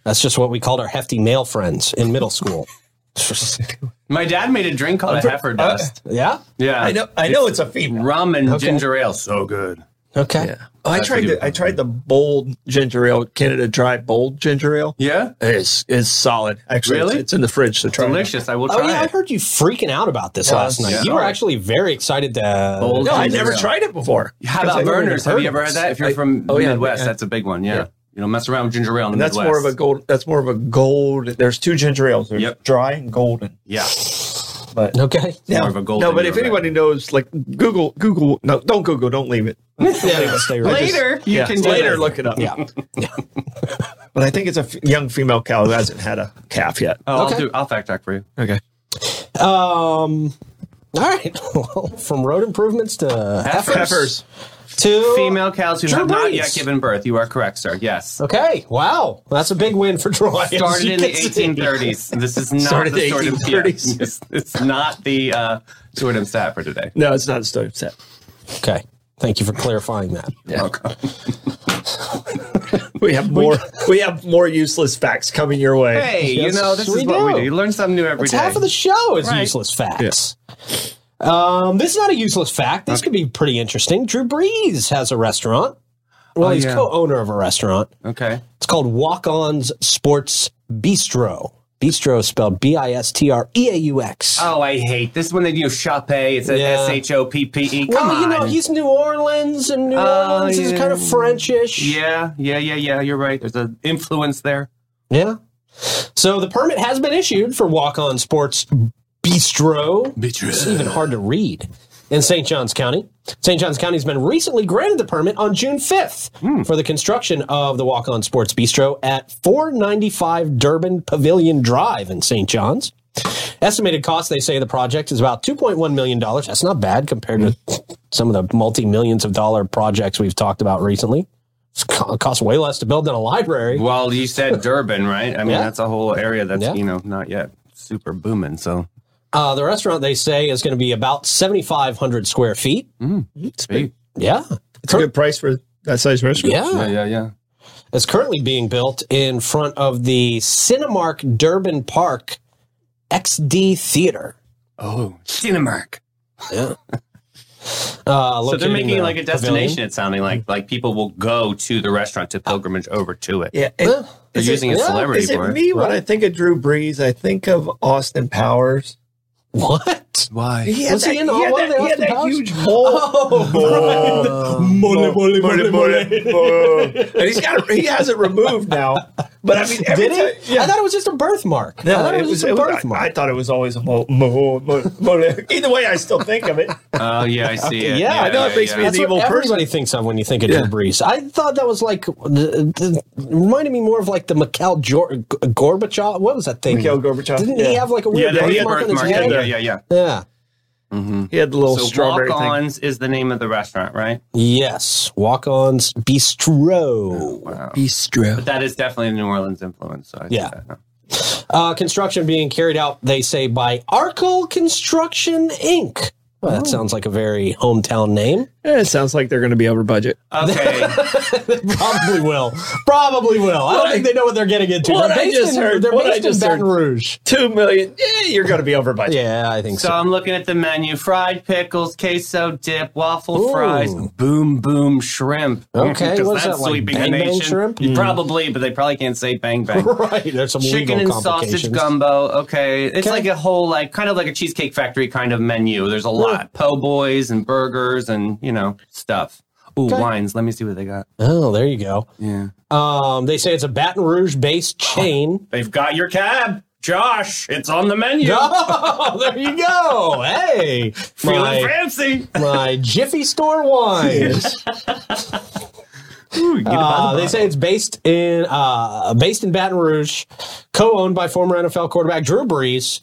A: that's just what we called our hefty male friends in middle school.
C: My dad made a drink called a
B: Uh,
C: heifer dust.
A: yeah.
C: yeah.
B: I know. I know it's a female.
C: Rum and ginger ale. So good.
A: Okay.
B: Oh, I tried the I tried the bold ginger ale, Canada Dry bold ginger ale.
C: Yeah.
B: It's it's solid. Actually,
C: Really?
B: it's, it's in the fridge. So try it.
C: Delicious. I will try
A: Oh yeah, I
C: it.
A: heard you freaking out about this last night.
C: yeah.
A: You were actually very excited to.
C: Bold
B: No, I
C: ginger
B: never
C: ale.
B: tried it before.
C: How about
B: Because I-
C: burners? Have you ever heard that? If you're from
B: oh, yeah,
C: Midwest,
B: yeah.
C: that's a big one. Yeah. You don't mess around with ginger ale in the
B: And that's
C: Midwest.
B: more of a gold. That's more of a gold. There's two ginger ales. There's
C: Yep.
B: dry and golden.
C: yeah.
B: But
A: Okay.
B: Yeah.
C: more of a golden
B: No, but
C: you're
B: if
C: right.
B: anybody knows, like Google, Google. No, don't Google. Don't leave it.
A: Yeah, stay right.
C: Later, you
B: yeah,
C: can do
B: later
C: that.
B: look it up.
A: Yeah.
B: But I think it's a f- young female cow who hasn't had a calf yet.
C: Oh,
A: Okay.
C: I'll do. I'll fact check for you.
B: Okay.
A: Um. All right. Well, from road improvements to heifers,
B: Heifers.
A: to
C: Female cows who
A: Drew
C: have not
A: Brees.
C: yet given birth. You are correct, sir. Yes.
A: Okay. Wow, that's a big win for Troy. as
C: Started
A: you
C: in the
A: can see.
C: 1830s. This is not
B: Started
C: the
B: in
C: sort of
B: 1830s.
C: yeah, It's, it's not the uh, sort of stat for today.
B: No, it's not a stone set.
A: Okay. Thank you for clarifying that.
B: Oh, We have more. we have more useless facts coming your way.
C: Hey,
A: Yes,
C: you know this
A: we
C: is what we
A: do.
C: do. You learn something new every
A: It's
C: day.
A: half of the show is
C: Right.
A: useless facts. Um, this is not a useless fact. This could be pretty interesting. Drew Brees has a restaurant. Well, he's
C: Oh, yeah.
A: co-owner of a restaurant.
C: okay.
A: It's called Walk On's Sports Bistro. Bistro is spelled E B-I-S-T-R-E-A-U-X.
C: Oh, I hate this when they do shoppe. It's a
A: Yeah.
C: S H O P P E. Come
A: well,
C: on.
A: you know, he's New Orleans, and New
C: Oh,
A: Orleans is
C: yeah.
A: kind of Frenchish.
C: yeah, yeah, yeah, yeah. You're right. There's an influence there.
A: Yeah. So the permit has been issued for Walk On Sports Bistro. It's even hard to read. In St. John's County. St. John's County has been recently granted the permit on June 5th for the construction of the Walk On Sports Bistro at 495 Durban Pavilion Drive in St. John's. Estimated cost, they say the project is about $2.1 million. That's not bad compared to some of the multi millions of dollar projects we've talked about recently. It's co- It costs way less to build than a library.
C: Well, you said Durban, right? I mean,
A: Yeah.
C: that's a whole area that's,
A: Yeah.
C: you know, not yet super booming. So
A: Uh, the restaurant they say is going to be about 7,500 square feet.
B: It's, big.
A: Yeah.
B: it's a good price for that size restaurant.
A: Yeah.
C: yeah, yeah.
A: It's currently being built in front of the Cinemark Durban Park XD Theater.
C: Oh, Cinemark.
A: Yeah. Uh,
C: So they're
A: located in
C: making
A: the
C: it like a destination. It's sounding like like people will go to the restaurant to pilgrimage over to it.
B: Yeah.
A: pavilion.
B: it-
A: Yeah.
C: They're
B: Is it-
C: using a
A: yeah,
C: celebrity
B: Is it
C: for it.
B: me when I think of Drew Brees? I think of Austin Powers.
A: What?
C: Why?
B: had
A: Was he
B: that-
A: in all
B: had
A: one of
B: that-
A: the
B: he had
A: Austin
B: that
A: Powers?
B: huge bowl.
A: Oh,
B: Mole, mole, mole, mole. and he's got he has it removed now. But I mean, every
A: did he?
B: time- Yeah.
A: I thought it was just a birthmark. I
B: No,
A: thought
B: it was,
A: just
B: it
A: a
B: was, I,
A: birthmark.
B: I thought it was always a mo, mo, mo, mo. Either way, I still think of it.
C: Oh, yeah, I see it.
A: Yeah, I know
B: it makes me-
A: That's
B: an
A: what
B: evil person.
A: everybody thinks of when you think of Drew Brees. I thought that was like the, the, reminded me more of like the Mikhail Jor- G- Gorbachev. What was that thing?
B: Mikhail Gorbachev,
A: Didn't
B: yeah.
A: he have like a
C: Yeah,
A: weird
C: they
A: birthmark on his
C: birthmark.
A: head?
C: Yeah,
A: Yeah.
C: yeah, yeah.
B: He had the little
C: So
B: strawberry
C: Walk
B: thing.
C: Ons is the name of the restaurant, right?
A: Yes. Walk ons
B: Oh,
A: bistro.
C: Wow.
A: Bistro.
C: That is definitely a New Orleans influence. So I
A: Yeah.
C: think that-
A: Uh, construction being carried out, they say, by Arkle Construction Inc. Well,
B: Oh.
A: that sounds like a very hometown name.
B: Eh, it sounds like they're going to be over budget.
C: Okay.
A: Probably will. Probably will. I don't think they know what they're getting into.
B: what
A: They're
B: I
A: based
B: just
A: in-
B: heard-
A: They're
B: what
A: based
B: I just
A: in Baton
B: heard.
A: Rouge.
B: Two million. Yeah, you're going to be over budget.
A: Yeah, I think
C: So
A: so.
C: I'm looking at the menu: fried pickles, queso dip, waffle
A: Ooh.
C: fries, boom boom shrimp.
A: Okay,
C: 'Cause
A: what is
C: that's
A: that, like
C: sweeping the
A: bang bang
C: nation.
A: shrimp? Hmm.
C: You Probably, but they probably can't say bang bang.
A: right. There's some
C: Chicken and
A: legal
C: sausage
A: complications.
C: gumbo. Okay, it's
A: Okay.
C: like a whole like kind of like a cheesecake factory kind of menu. There's a lot: po' boys and burgers and you know stuff. Ooh, wines. Let me see what they got.
A: Oh, there you go.
C: Yeah,
A: Um, they say it's a Baton Rouge based chain.
C: they've got your cab, Josh. It's on the menu.
A: Oh, there you go. Hey,
C: Feeling
A: my,
C: fancy.
A: my Jiffy Store wines.
C: Ooh, get a
A: Uh, they say it's based in uh, based in Baton Rouge, co-owned by former NFL quarterback Drew Brees.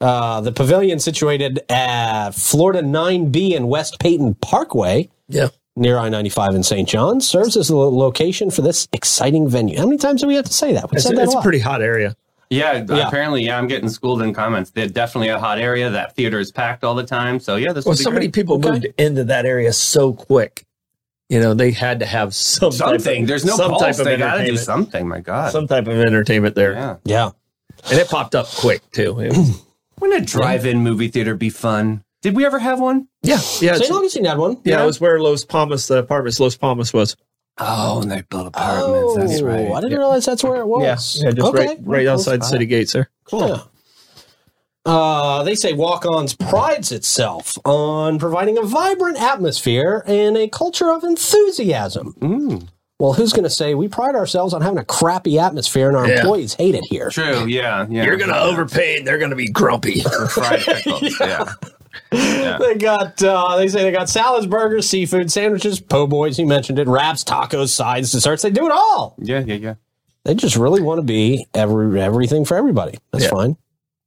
A: Uh, the pavilion situated at Florida 9B and West Peyton Parkway.
B: Yeah.
A: near I 95 in St. John serves as a lo- location for this exciting venue. How many times do we have to say that? We
B: It's,
A: said that
B: it's
A: a
B: a
A: lot.
B: pretty hot area.
C: Yeah,
A: Yeah.
C: apparently, yeah, I'm getting schooled in comments. They're definitely a hot area. That theater is packed all the time. So yeah, this
B: Well,
C: would be
B: so many
C: great.
B: people
A: Okay.
B: moved into that area so quick. You know, they had to have some type of-
C: something. There's no
B: some
C: pulse.
B: type of
C: they gotta do
B: entertainment.
C: something. My God.
B: some type of entertainment there,
C: yeah.
A: yeah.
B: and it popped up quick too. It was-
C: Wouldn't a drive-in movie theater be fun? Did we ever have one?
B: yeah, yeah,
A: St.
B: it's-
A: Augustine had one.
B: yeah. It was where Los Palmas, the apartments Los Palmas was.
C: Oh, and they built apartments.
A: Oh,
C: That's right.
A: I didn't realize that's where it was.
B: yeah, just
A: Okay.
B: right, right outside the city gates there.
A: Cool. Uh, they say Walk Ons prides itself on providing a vibrant atmosphere and a culture of enthusiasm.
C: Mm,
A: Well, who's going to say we pride ourselves on having a crappy atmosphere and our
B: Yeah.
A: employees hate it here?
C: true. Yeah. Yeah.
B: You're gonna overpay, and they're gonna be grumpy.
C: For fried pickles. yeah. Yeah.
A: They got, uh, they say they got salads, burgers, seafood, sandwiches, po' boys, you mentioned it, wraps, tacos, sides, desserts. They do it all.
C: Yeah. Yeah. Yeah.
A: They just really want to be every, everything for everybody. That's
B: Yeah.
A: fine.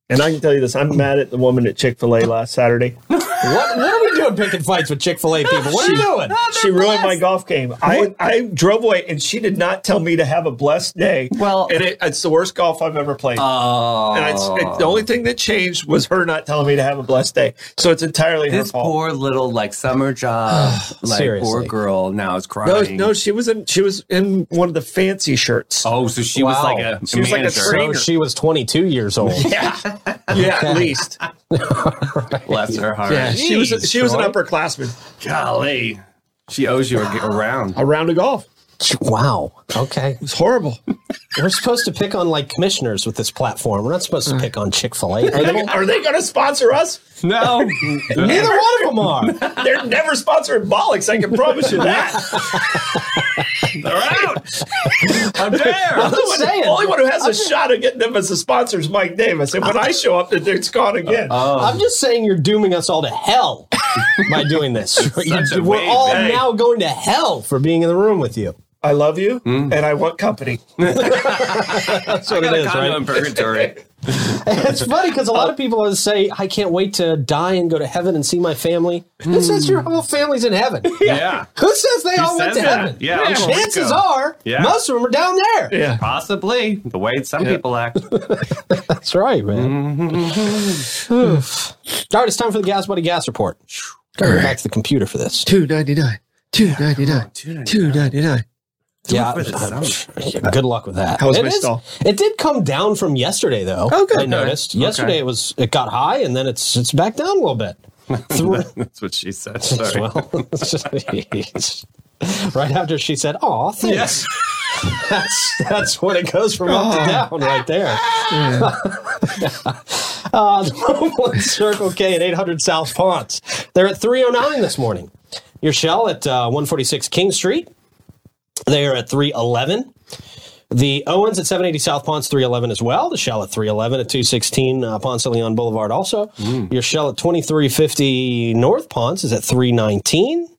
B: And I can tell you this: I'm mad at the woman at Chick Fil A last Saturday.
A: What, what are we doing picking fights with Chick fil A people? What are you doing?
B: she ruined my golf game. I, I drove away, and she did not tell me to have a blessed day.
C: Well-
B: and it, it's the worst golf I've ever played.
C: Oh.
B: and it's, it, the only thing that changed was her not telling me to have a blessed day. So it's entirely her
C: this
B: fault.
C: poor little like summer job, like poor
A: Seriously.
C: girl now is crying.
B: no, no, she was in. She was in one of the fancy shirts.
C: Oh, so she was
A: Wow.
C: like a
B: She was like a
C: manager.
B: trainer.
A: So she was 22 years old.
B: Yeah, yeah, at least.
C: Bless her heart.
B: Yeah, she was.
A: Jeez,
B: she was an
A: Troy.
B: upperclassman.
C: Golly. She owes you a, a round.
B: A round of golf. It
A: Wow. Okay.
B: was horrible.
A: We're supposed to pick on like commissioners with this platform. We're not supposed to pick on Chick Fil A.
B: Are they, are they going to sponsor us?
C: No.
A: Neither one of them are.
B: They're never sponsoring bollocks. I can promise you that.
C: They're out. How dare.
B: The one-
A: saying.
B: the only one who has a shot of getting them as a sponsor is Mike Davis. And when I show up, it's gone again.
A: I'm just saying you're dooming us all to hell by doing this.
C: a
A: We're
C: way
A: all
C: back.
A: now going to hell for being in the room with you.
B: I love you, and I want company.
A: That's what it
C: Got a
A: is,
C: condo
A: right?
C: in purgatory.
A: It's funny because a lot of people always say, "I can't wait to die and go to heaven and see my family." Who says your whole family's in heaven?
C: Hmm. Yeah.
A: Who says they all went
C: says
A: to
C: that?
A: heaven?
C: Yeah, I'm gonna
A: chances
C: go.
A: are
C: Yeah.
A: most of them are down there.
B: Yeah.
C: Possibly the way some people act.
A: That's right, man. Oof. All right, it's time for the Gas Buddy Gas Report. Gotta go back to the computer for this.
D: Two ninety nine. Two ninety nine. Two ninety nine.
A: Yeah,
C: for the
A: uh, good luck with that.
B: How was
A: It
B: my stall?
A: It did come down from yesterday, though.
D: Oh, good.
A: I noticed yesterday it was it got high and then it's it's back down a little bit. Through-
C: That's what she said. Sorry.
A: well, jeez. right after she said, "Aw, thanks."
C: Yes.
A: that's that's what it goes from up to down right there. uh, the Moblin Circle K at 800 South Ponce. They're at 309 this morning. Your shell at uh, 146 King Street. They are at 311. The Owens at 780 South Ponce, 311 as well. The Shell at 311 at 216 uh, Ponce de Leon Boulevard also. Your Shell at 2350 North Ponce is at 319.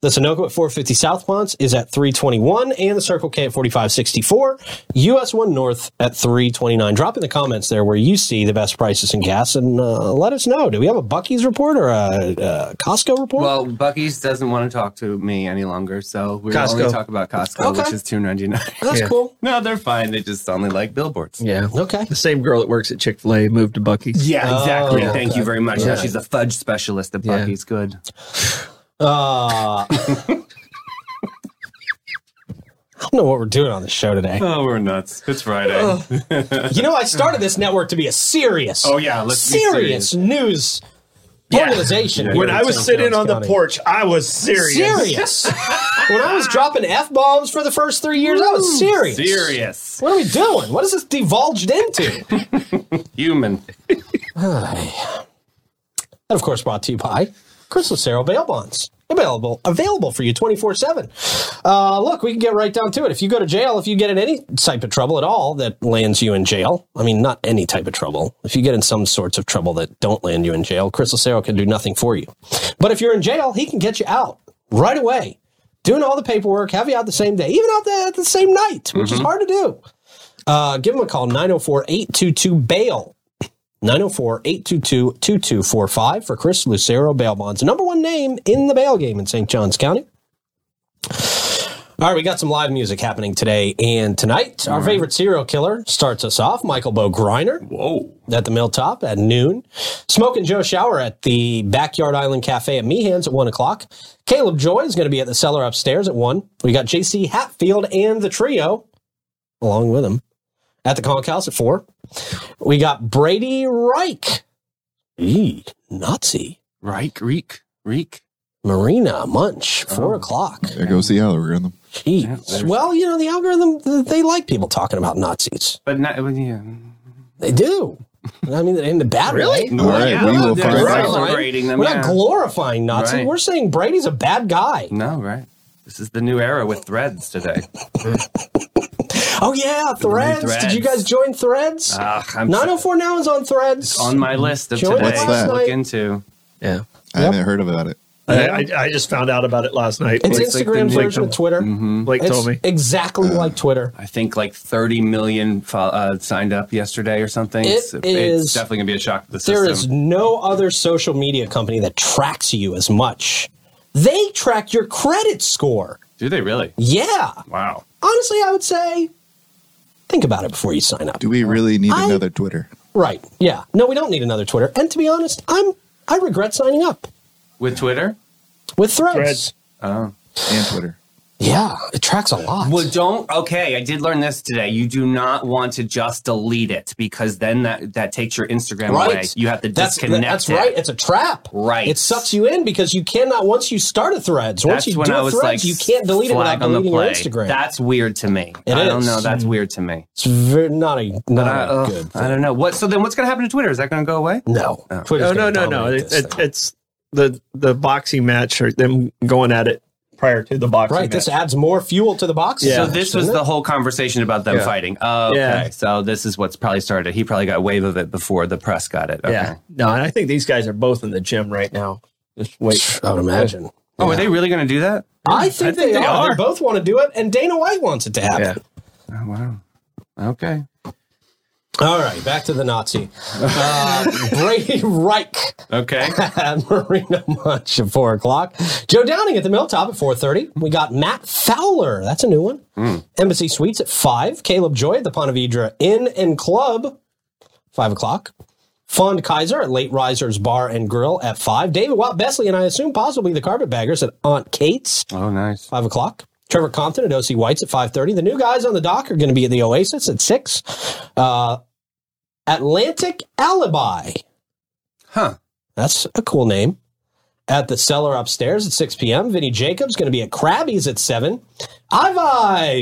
A: The Sunoco at 450 South Ponce is at 321, and the Circle K at 4564. US 1 North at 329. Drop in the comments there where you see the best prices in gas and uh, let us know. Do we have a Bucky's report or a, uh Costco report?
C: Well, Bucky's doesn't want to talk to me any longer, so we're only
B: Costco.
C: talk about Costco,
A: Okay.
C: which is two ninety nine.
A: That's cool.
C: no, they're fine. They just only like billboards.
D: Yeah.
A: Okay.
D: The same girl that works at Chick Fil A moved to Bucky's.
C: Yeah, exactly.
A: Oh,
C: Thank you very much. Now she's a fudge specialist at
D: Yeah.
C: Bucky's. Good.
A: Uh, I don't know what we're doing on this show today.
C: Oh, we're nuts. It's Friday.
A: You know, I started this network to be a serious,
C: Oh, yeah, let's be
A: serious, news organization.
C: Yeah.
A: here
B: When
A: in
B: I was
A: San
B: sitting
A: Carlos
B: on the
A: County.
B: porch, I was serious.
A: serious. when I was dropping f bombs for the first three years, I was serious.
C: Serious.
A: What are we doing? What is this divulged into? and
C: Human.
A: of course, brought to you by Chris Lucero Bail Bonds. Available, available for you 24 7. Uh, look, we can get right down to it. If you go to jail, if you get in any type of trouble at all that lands you in jail, I mean, not any type of trouble, if you get in some sorts of trouble that don't land you in jail, Chris Lucero can do nothing for you. But if you're in jail, he can get you out right away, doing all the paperwork, have you out the same day, even out the, at the same night, which is hard to do. Uh, give him a call 904 822 bail. 904-822-2245 for Chris Lucero Bail Bonds, number one name in the bail game in St. Johns County. All right, we got some live music happening today and tonight. Our favorite serial killer starts us off, Michael Bo Griner
C: Whoa.
A: at the Milltop at noon. Smoke and Joe Shower at the Backyard Island Cafe at Meehan's at 1 o'clock. Caleb Joy is going to be at the cellar upstairs at 1. We got JC Hatfield and the trio along with him at the Conk House at 4. We got Brady Reich, Eee, Nazi,
C: Reek, reek, reek.
A: Marina Munch, 4 o'clock.
D: There goes the algorithm.
A: Jeez. well, you know, the algorithm, th- they like people talking about Nazis.
C: But not, well, yeah.
A: They do. I mean, in the bad really?
D: All right, we will
C: they're
D: find
B: right.
D: out.
C: celebrating them.
A: We're
C: Mm, yeah.
A: not glorifying Nazi.
C: Right. Mm.
A: We're saying Brady's a bad guy.
C: no, right. This is the new era with threads today.
A: Oh yeah, Threads. Did
C: Threads.
A: you guys join Threads?
C: Ugh, I'm
A: 904 now is on Threads.
C: on my list of
A: Join
C: today
D: us
C: to
D: last
C: look
A: night.
C: into.
D: Yeah. I haven't heard about it.
B: I, I, I just found out about it last night.
A: it's
B: Blake,
C: like
A: Instagram
C: the-
A: version of Twitter.
C: Mm-hmm.
B: Blake
A: It's
B: told me.
A: exactly
C: Mm.
A: like Twitter.
C: I think like 30 million fo- uh, signed up yesterday or something. it's,
A: is-
C: it's definitely going to be a shock to the
A: There is
C: system.
A: no other social media company that tracks you as much. They track your credit score.
C: Do they really?
A: Yeah.
C: Wow.
A: Honestly, I would say think about it before you sign up.
D: Do we really need
A: I-
D: another Twitter?
A: Right. Yeah. No, we don't need another Twitter. And to be honest, I'm I regret signing up
C: With Twitter?
A: with Threads.
B: Threads.
C: Oh.
D: And Twitter.
A: Yeah, it tracks a lot.
C: Well, don't. Okay, I did learn this today. You do not want to just delete it because then that that takes your Instagram away.
A: Right.
C: You have to
A: that's
C: disconnect.
A: that's
C: it.
A: right. It's a trap.
C: Right.
A: It sucks you in because you cannot once you start a threads. Once
C: That's
A: you
C: when
A: do
C: I
A: a
C: was
A: threads,
C: like,
A: you can't delete it
C: flag
A: without
C: on the
A: deleting your
C: play.
A: Instagram.
C: That's weird to me.
A: It
C: I don't
A: is.
C: know. That's weird to me.
A: it's very, not a not
C: I,
A: a
C: uh,
A: good.
C: I don't know. What? So then, what's going to happen to Twitter? Is that going to go away?
A: No.
C: Oh.
A: Twitter's
B: No, no,
A: gonna
B: no, no.
A: dominate
B: It,
A: this
B: it,
A: thing.
B: it's the the boxing match or them going at it prior to the boxing
A: right.
B: match.
A: This adds more fuel to the box.
B: Yeah.
C: So this was the whole conversation about them
B: Yeah.
C: fighting. Oh, okay.
B: Yeah.
C: So this is what's probably started. He probably got a wave of it before the press got it. Okay.
B: Yeah. No, and I think these guys are both in the gym right now. Just wait.
A: I would imagine.
C: Oh, are they really going to do that?
A: I think, they, are. They both want to do it, and Dana White wants it to happen.
B: Yeah.
C: Oh, wow. Okay.
A: All right, back to the Nazi. Uh, Brady Reich
C: Okay.
A: at Marina Munch at 4 o'clock. Joe Downing at the Milltop at 4.30. We got Matt Fowler. That's a new one. Embassy Suites at 5. Caleb Joy at the Ponte Vedra Inn and Club, 5 o'clock. Fond Kaiser at Late Risers Bar and Grill at 5. David Watt Besley and I assume possibly the Carpetbaggers at Aunt Kate's
C: Oh, nice.
A: five o'clock. Trevor Compton at OC White's at five thirty. The new guys on the dock are going to be at the Oasis at six. Uh, Atlantic Alibi.
C: Huh.
A: That's a cool name. At the cellar upstairs at 6 p.m. Vinny Jacobs going to be at Krabby's at 7. I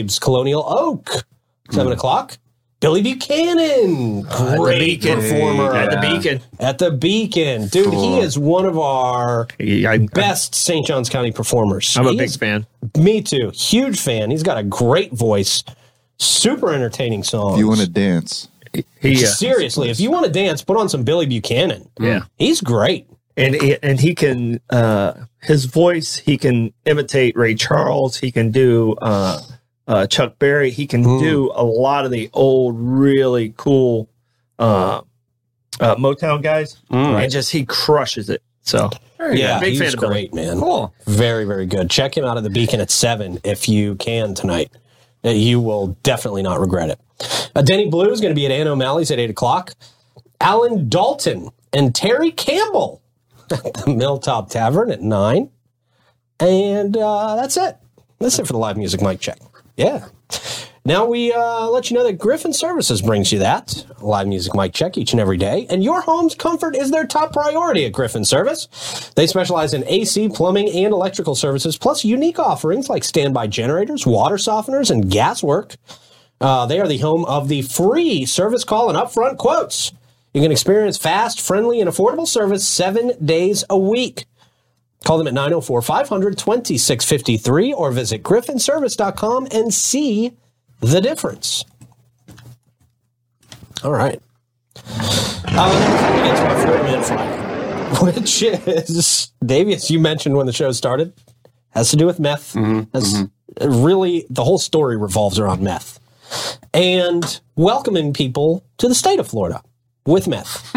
A: Vibes, Colonial Oak, 7 o'clock. Billy Buchanan, great
B: Beacon.
A: performer
B: At the
C: Yeah.
B: beacon.
A: at the Beacon. Dude, he
C: Cool.
A: is one of our
B: I,
A: best St. Johns County performers.
B: am a
A: He
B: big
A: is
B: fan.
A: me too. Huge fan. He's got a great voice. Super entertaining songs.
D: If you want to dance,
B: He, uh,
A: seriously, if you want to dance, put on some Billy Buchanan.
B: yeah.
A: He's great.
B: And he, and he can uh his voice, he can imitate Ray Charles, he can do uh uh Chuck Berry, he
A: Hmm.
B: can do a lot of the old really cool uh uh Motown guys
A: Hmm.
B: and just he crushes it. So
A: Yeah,
B: Big
A: he's
B: fan of Billy.
A: great, man.
C: Cool.
A: Very, very good. Check him out at the Beacon at seven if you can tonight. Uh, You will definitely not regret it. Uh, Denny Blue is going to be at Ann O'Malley's at eight o'clock. Alan Dalton and Terry Campbell at the Milltop Tavern at nine. And uh, that's it. That's it for the live music mic check. Yeah. Now we uh, let you know that Griffin Services brings you that live music mic check each and every day, and your home's comfort is their top priority at Griffin Service. They specialize in AC, plumbing, and electrical services, plus unique offerings like standby generators, water softeners, and gas work. Uh, they are the home of the free service call and upfront quotes. You can experience fast, friendly, and affordable service seven days a week. Call them at 904 500 2653 or visit griffinservice.com and see the difference. All right. Uh, we get to our four minute Friday, which is, Davius, you mentioned when the show started, has to do with meth. Has, Really, the whole story revolves around meth and welcoming people to the state of Florida with meth.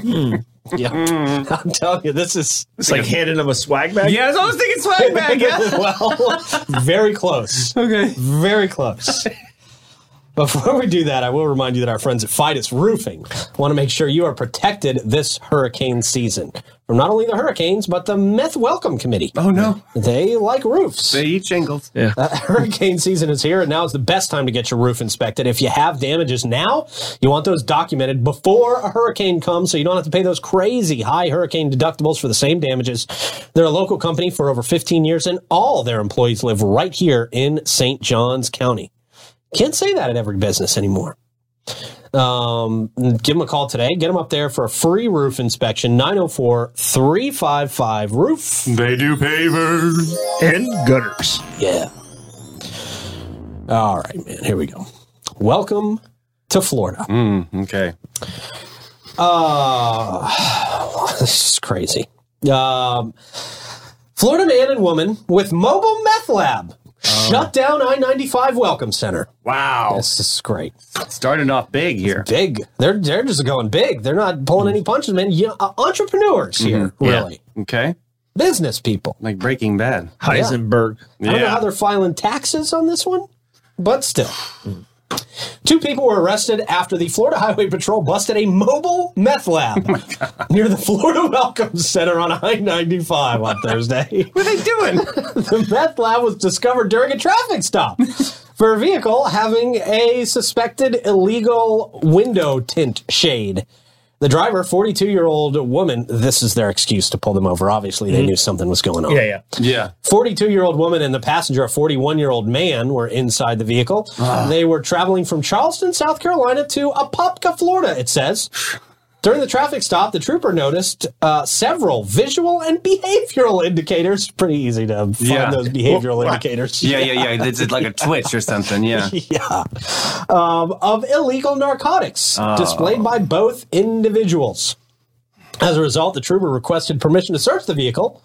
A: Hmm. Yeah. I'm telling you, this is
B: it's like handing him a swag bag.
C: Yeah, I was thinking swag bag.
A: well, very close.
C: okay.
A: Very close. Before we do that, I will remind you that our friends at Fidus Roofing want to make sure you are protected this hurricane season from not only the hurricanes, but the Meth Welcome Committee.
C: Oh no.
A: They like roofs.
C: They eat shingles.
A: Uh, hurricane season is here, and now is the best time to get your roof inspected. If you have damages now, you want those documented before a hurricane comes so you don't have to pay those crazy high hurricane deductibles for the same damages. They're a local company for over 15 years, and all their employees live right here in St. Johns County. Can't say that at every business anymore. Um, give them a call today. Get them up there for a free roof inspection 904 355 roof.
C: They do pavers.
B: And gutters.
A: Yeah. All right, man. Here we go. Welcome to Florida.
C: Mm, okay.
A: Uh, this is crazy. Um, Florida man and woman with mobile meth lab shut down I 95 Welcome Center.
C: Wow.
A: This is great.
C: Started off big here.
A: Big. They're, they're just going big. They're not pulling any punches, man. You uh, entrepreneurs here, really.
C: Okay.
A: Business people.
C: Like Breaking Bad.
B: Heisenberg.
A: I don't know how they're filing taxes on this one, but still. Two people were arrested after the Florida Highway Patrol busted a mobile meth lab near the Florida Welcome Center on I 95 on Thursday.
C: What are they doing?
A: the meth lab was discovered during a traffic stop for a vehicle having a suspected illegal window tint shade. The driver, 42 year old woman, this is their excuse to pull them over. Obviously, they knew something was going on.
B: Yeah, yeah.
C: yeah.
A: 42 year old woman and the passenger, a 41 year old man, were inside the vehicle.
C: Ah.
A: They were traveling from Charleston, South Carolina to Apopka, Florida, it says. During the traffic stop, the trooper noticed uh, several visual and behavioral indicators. Pretty easy to find
C: Yeah.
A: those behavioral
B: Well,
A: indicators.
C: Yeah, yeah, yeah. It's like a twitch or something. Yeah.
A: Yeah. Um, of illegal narcotics
C: Ah.
A: displayed by both individuals. As a result, the trooper requested permission to search the vehicle,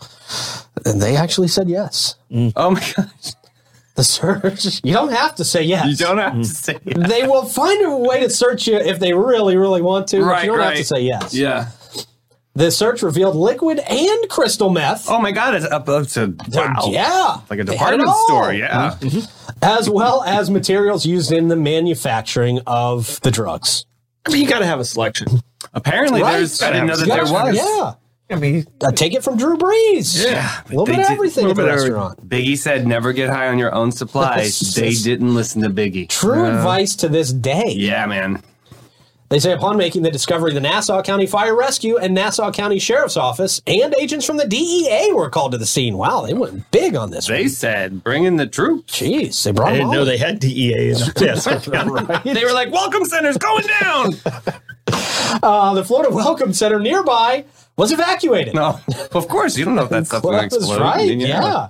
A: and they actually said yes.
C: Oh my gosh.
A: The search, you don't have to say yes.
C: You don't
A: Mm.
C: have to say it.
A: They will find a way to search you if they really, really want to, but
C: Right,
A: you don't have
C: right.
A: to say yes.
C: Yeah.
A: The search revealed liquid and crystal meth.
C: Oh my god, it's up, up to wow.
A: Yeah.
C: Like a
A: They had it
C: department
A: all. Mm-hmm.
C: store. Yeah.
A: As well as materials used in the manufacturing of the drugs.
B: I mean, you got to have a selection.
C: Apparently
A: Right.
C: there's I didn't know that there was.
A: Yeah.
B: I mean,
A: I take it from Drew Brees.
C: Yeah.
A: A little
C: They
A: bit of
C: did-
A: everything at
B: little
A: the
B: bit of everything.
A: restaurant.
C: Biggie said never get high on your own supply. they didn't listen to Biggie.
A: True advice to this day.
C: Yeah, man.
A: They say upon making the discovery, the Nassau County Fire Rescue and Nassau County Sheriff's Office and agents from the DEA were called to the scene. Wow, they went big on this.
C: They
A: one.
C: said bring in the troops.
A: Jeez, they brought them
B: I didn't
A: all.
B: know they had DEA. In them. yes.
C: They were like, Welcome center's going down.
A: Uh, the Florida Welcome Center nearby was evacuated.
C: no. Of course, you don't know if that stuff's gonna
A: Well, that's
C: explode.
A: right. Yeah.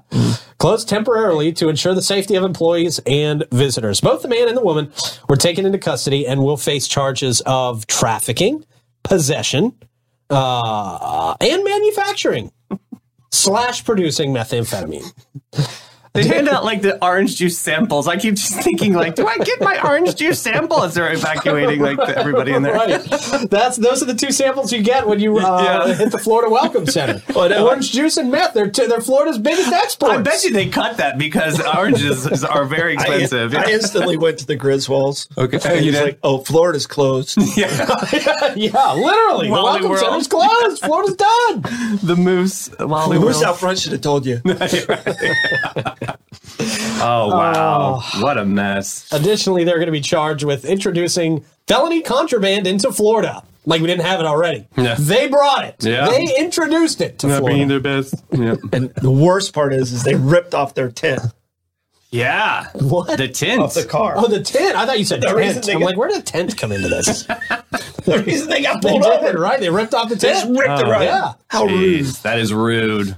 A: Closed temporarily to ensure the safety of employees and visitors. Both the man and the woman were taken into custody and will face charges of trafficking, possession, uh, and manufacturing slash producing methamphetamine.
C: They hand out like the orange juice samples. I keep just thinking, like, do I get my orange juice sample as they're evacuating like the, everybody in there?
A: Right. That's those are the two samples you get when you uh,
C: Yeah.
A: hit the Florida Welcome Center. Orange juice and meth. They're t- they're Florida's biggest exports.
C: I bet you they cut that because oranges is- are very expensive.
B: I, I instantly went to the Griswolds.
C: Okay.
B: And
C: You
B: he's
C: did?
B: like, oh, Florida's closed.
C: yeah.
A: yeah, literally. The
C: Wally
A: Welcome
C: World.
A: Center's closed. Florida's done.
C: The moose Wally
B: Who's
C: World.
B: out front should have told you.
C: Oh wow. What a mess.
A: Additionally, they're going to be charged with introducing felony contraband into Florida. Like we didn't have it already.
C: Yeah.
A: They brought it.
C: Yeah.
A: They introduced it to Florida.
C: their best. Yeah.
B: And the worst part is, is they ripped off their tent
C: yeah.
A: What?
C: The
B: off
C: tint.
B: the car.
A: oh, the tent. I thought you said
B: reason
A: tent.
B: they
A: I'm
B: got-
A: like, where did tent come into this?
B: the reason they Oh, got
A: they
B: pulled
A: did it
B: over.
A: right. They ripped off the
B: They just
A: tent.
B: ripped it right.
A: yeah.
B: How rude.
C: Jeez, that is rude.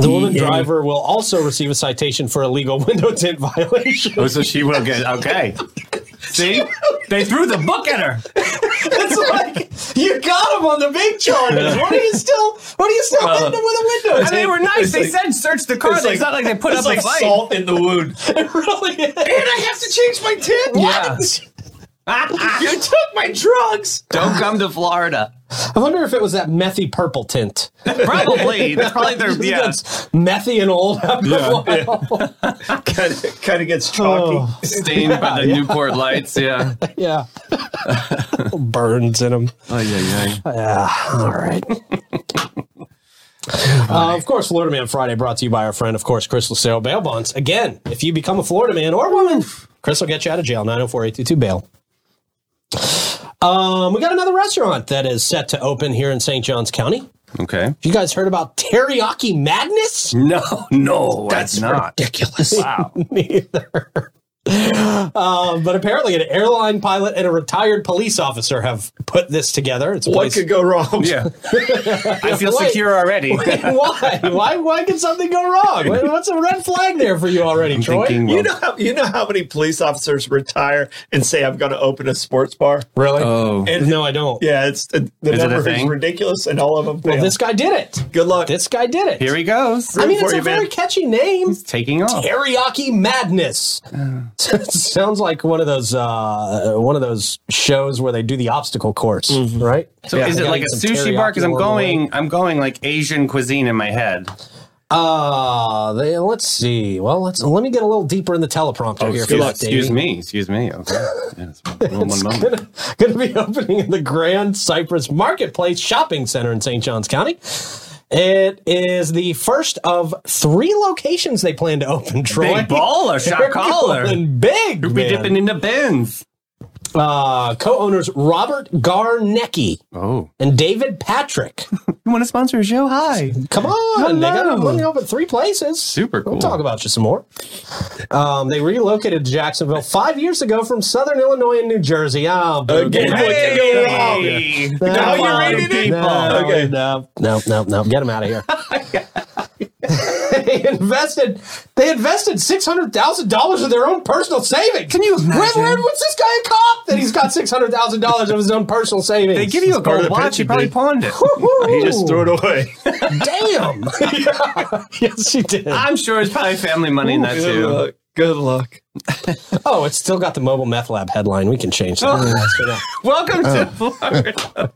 A: The woman
B: Yeah.
A: driver will also receive a citation for illegal window tint violation.
C: Oh, so she will get okay. See? They threw the book at her.
A: it's like you got him on the big charges. What are you still? What are you still
C: Well,
A: hitting him with a window?
C: And they
A: tint?
C: were nice. They said search the car. It's,
B: like-
C: not like they put up
B: It's like
C: a fight.
B: salt in the wound.
A: It really is.
B: And I have to change my tent.
C: Yeah.
B: You took my drugs.
C: Don't come to Florida.
A: I wonder if it was that methy purple tint.
C: Probably. That's probably their
A: Just
C: yeah.
A: gets methy and old after
C: Yeah.
A: a while.
B: Kind of, kind of gets chalky.
A: Oh.
C: Stained by the Newport lights. Yeah.
A: Yeah. Burns in them.
C: Oh yeah, yeah.
A: all right. Uh, of course, Florida Man Friday brought to you by our friend, of course, Crystal Sale Bail Bonds. Again, if you become a Florida man or woman, Chris will get you out of jail, 904 822 bail. Um, we got another restaurant that is set to open here in St. Johns County.
C: Okay.
A: You guys heard about Teriyaki Madness?
C: No, no, that's not.
B: Ridiculous.
C: Wow.
A: Neither. Um, but apparently, an airline pilot and a retired police officer have put this together. It's a
B: What
A: place.
B: could go wrong?
C: Yeah. I feel
A: Wait.
C: secure already.
A: why? Why? Why could something go wrong? What- What's a red flag there for you already, Troy?
C: Thinking,
B: You
C: well,
B: know, how, you know how many police officers retire and say, "I'm going to open a sports bar."
A: Really?
C: Oh.
A: And- no, I don't.
B: Yeah, it's the, the
C: Is it a
B: number is
C: thing?
B: ridiculous, and all of them.
A: Well,
B: fail.
A: this guy did it.
B: Good luck.
A: This guy did it.
C: Here he goes.
A: I mean,
B: for
A: it's a
B: you, man.
A: very catchy name.
C: Taking off.
A: Teriyaki Madness.
B: Uh.
A: Sounds like one of those uh, one of those shows where they do the obstacle course, right?
C: So
B: Yeah.
C: is it
A: Gotta
C: like
A: get
C: a
A: some
C: sushi bar?
A: teriyaki
C: Because I'm
A: along the way.
C: going, I'm going like Asian cuisine in my head.
A: Uh, they, let's see. Well, let's let me get a little deeper in the teleprompter here.
C: excuse,
A: for you,
C: Oh, excuse
A: Davey.
C: me. Excuse me. Okay. Yes, one, one
A: It's
C: moment.
A: gonna, gonna be opening in the Grand Cypress Marketplace Shopping Center in St. Johns County. It is the first of three locations they plan to open. Troy
C: Big baller,
A: They're
C: shot caller.
A: going big.
C: Who be
A: man.
C: dipping into bins?
A: Uh, co-owners Robert Garnecki
C: Oh,
A: and David Patrick.
C: you want to sponsor a show? Hi.
A: Come on, they got
C: Hello.
A: money open three places.
C: Super cool.
A: We'll talk about you some more. Um, they relocated to Jacksonville five years ago from Southern Illinois and New Jersey. Oh, boo.
B: Again,
A: Get
B: what
A: out.
B: can go wrong?
A: No,
B: Now you're
A: no,
B: reading it?
A: No,
B: Okay.
A: no, no, no, no. Get him out of here. they invested. They invested six hundred thousand dollars of their own personal savings. Can you
C: imagine?
A: Where, where, what's this guy a cop that he's got six hundred thousand dollars of his own personal savings?
C: They give you a
B: part of
C: gold
B: the
C: watch. You
B: pitch,
C: probably
B: dude.
C: pawned it.
A: Woo-hoo.
B: He just threw it away.
A: Damn. Yes, she did.
C: I'm sure it's probably family money in that
B: Good
C: too.
B: luck. Good luck.
A: Oh, it's still got the mobile meth lab headline. We can change
C: Oh.
A: that.
C: Welcome to Florida.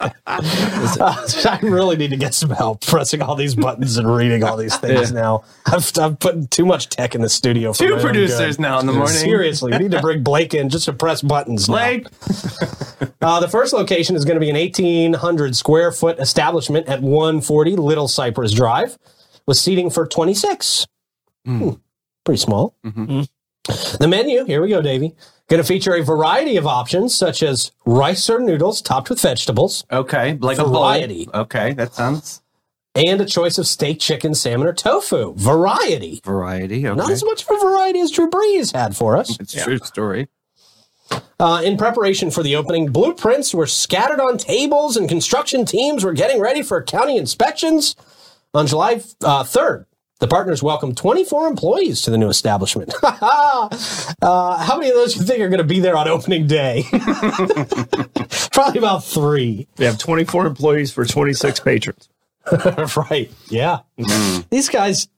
A: Uh, I really need to get some help pressing all these buttons and reading all these things now. I've, I'm putting too much tech in the studio. For my
C: Two
A: own
C: producers
A: good.
C: now in the morning.
A: Seriously, we need to bring Blake in just to press buttons. now.
C: Blake,
A: Uh, the first location is going to be an 1,800 square foot establishment at 140 Little Cypress Drive with seating for 26. Hmm, pretty small. The menu, here we go, Davey, going to feature a variety of options such as rice or noodles topped with vegetables
C: Okay, like a
A: Variety.
C: bowl. Okay, that sounds
A: and a choice of steak, chicken, salmon, or tofu. Variety.
C: variety. Okay,
A: Not as much of a variety as Drew Brees had for us.
C: it's true story.
A: Uh, in preparation for the opening, blueprints were scattered on tables and construction teams were getting ready for county inspections. On July uh, 3rd, the partners welcomed 24 employees to the new establishment. uh, how many of those you think are going to be there on opening day? Probably about three.
B: They have 24 employees for 26 patrons.
A: right. Yeah. These guys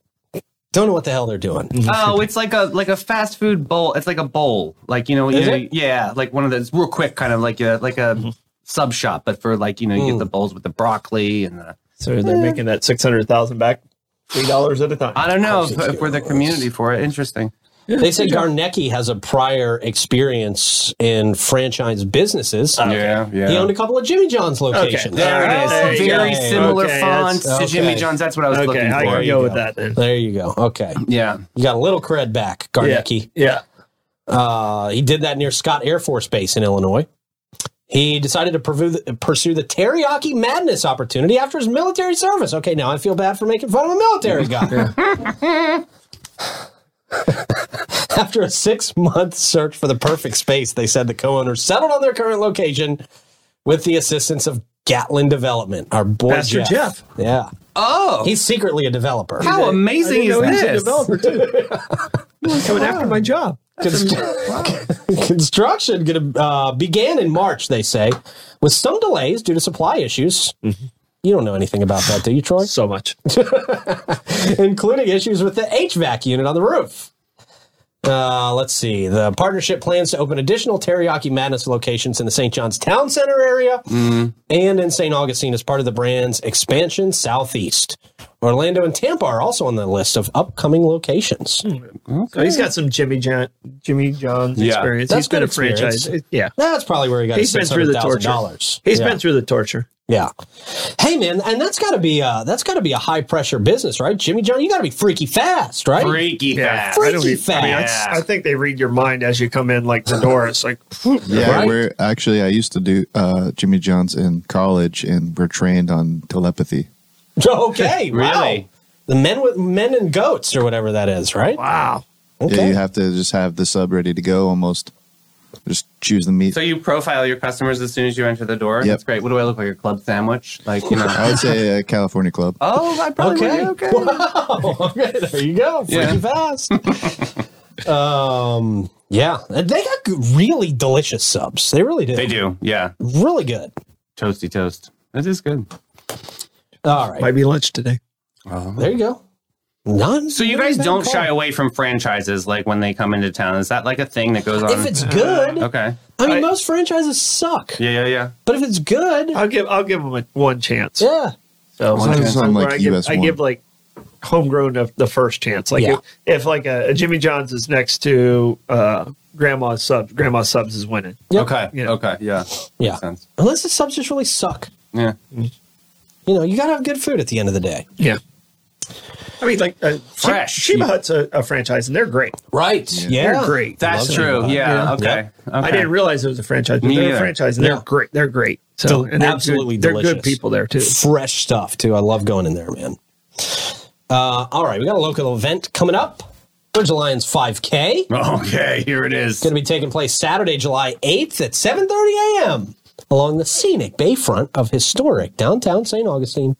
A: don't know what the hell they're doing.
C: Oh, it's like a like a fast food bowl. It's like a bowl, like you know,
A: Is
C: you-
A: it?
C: yeah, like one of those real quick kind of like a like a sub shop, but for like you know, you
B: Mm.
C: get the bowls with the broccoli and the
B: So they're making that 600,000 back, $3 at a time.
C: I don't know if, if we're the community for it. Interesting.
A: They say Garnecki has a prior experience in franchise businesses.
C: Yeah, yeah.
A: He owned a couple of Jimmy John's locations.
C: There it is.
B: There you
C: Very
B: go.
C: similar
B: Okay,
C: font
A: that's-
C: to Jimmy
A: okay.
C: John's. That's what I was
B: okay,
C: looking
B: I
C: for.
B: can go with that then.
A: There you go. Okay.
C: Yeah.
A: You got a little cred back, Garnecki.
B: Yeah.
A: Uh, he did that near Scott Air Force Base in Illinois. He decided to pursue the, pursue the teriyaki madness opportunity after his military service. Okay, now I feel bad for making fun of a military guy. after a six month search for the perfect space, they said the co owners settled on their current location with the assistance of Gatlin Development, our boy
B: Pastor Jeff.
A: Yeah,
C: Oh,
A: he's secretly a developer.
C: how
B: I
C: amazing
B: didn't know
C: is
B: he was a
C: this?
B: developer, too. coming after my job.
A: Construction gonna, uh, began in March, they say, with some delays due to supply issues. You don't know anything about that, do you, Troy?
B: So much.
A: Including issues with the HVAC unit on the roof. Uh, let's see. The partnership plans to open additional Teriyaki Madness locations in the St. John's Town Center area and in St. Augustine as part of the brand's expansion southeast. Orlando and Tampa are also on the list of upcoming locations.
B: So he's got some Jimmy John, Jimmy John's
C: Yeah.
B: experience.
A: That's
B: he's been
A: good
B: a franchise.
A: experience.
B: Yeah.
A: That's probably where he got
B: He's been
A: six
B: through
A: hundred
B: the
A: thousand
B: torture.
A: dollars.
B: He's
A: yeah.
B: been through the torture.
A: Yeah. Hey man, and that's got to be uh that's got to be a high pressure business, right? Jimmy John, you got to be freaky fast, right?
C: Freaky fast.
A: Freaky
B: I don't even- I, mean, I-
C: fast.
B: I think they read your mind as you come in, like the door. It's like,
D: Yeah,
A: Right?
D: we're actually I used to do uh, Jimmy John's in college, and we're trained on telepathy.
A: Okay, wow.
C: Really?
A: The men with men and goats or whatever that is, right?
B: wow.
D: Yeah,
A: Okay.
D: you have to just have the sub ready to go. Almost, just choose the meat.
C: So you profile your customers as soon as you enter the door.
D: Yep.
C: That's great. What do I look like? A club sandwich? Like you know?
D: I would say uh, California Club.
C: oh, I probably
A: Okay.
C: would. okay.
A: Wow. Okay, there you go. Freaky
C: Yeah.
A: fast. um yeah, And they got g- really delicious subs. They really do.
C: They do. Yeah.
A: Really good.
C: Toasty toast. That is good.
A: All right.
B: Might be lunch today.
C: Oh.
A: There you go. None.
C: So you guys don't shy away from franchises like when they come into town. Is that like a thing that goes on?
A: If it's good,
B: Uh,
C: okay.
A: I mean,
B: I-
A: most franchises suck,
C: Yeah, yeah, yeah.
A: but if it's good,
B: I'll give I'll give him a, one chance.
A: yeah.
B: So
D: One chance on,
B: where
D: like,
B: I, give,
D: US
B: I
D: one.
B: give like homegrown the, the first chance. Like
A: Yeah.
B: if, if like a, a Jimmy John's is next to uh, Grandma's subs, Grandma's subs is winning.
A: Yep.
C: Okay.
B: Yeah.
C: Okay. Yeah.
A: Yeah.
C: Makes sense.
A: Unless the subs just really suck.
C: Yeah.
A: You know, you got to have good food at the end of the day.
B: Yeah. I mean, like uh,
C: Fresh.
B: Sheba Hut's a, a franchise, and they're great.
A: Right.
B: They're
A: Yeah.
B: great.
C: That's
A: Love
C: true.
A: that.
C: Yeah.
A: Yeah.
C: Okay. okay.
B: I didn't realize it was a franchise, but
C: Me
B: they're
C: either.
B: a franchise, and they're
A: Yeah.
B: great. They're great. So
A: Del-
B: and they're good-
A: Oh, absolutely
B: they're good
A: delicious.
B: people there too.
A: Fresh stuff, too. I love going in there, man. Uh, all right. We got a local event coming up. Surge Alliance 5K.
C: Okay. Here it is.
A: going to be taking place Saturday, July 8th at 7:30 a.m. along the scenic bayfront of historic downtown St. Augustine.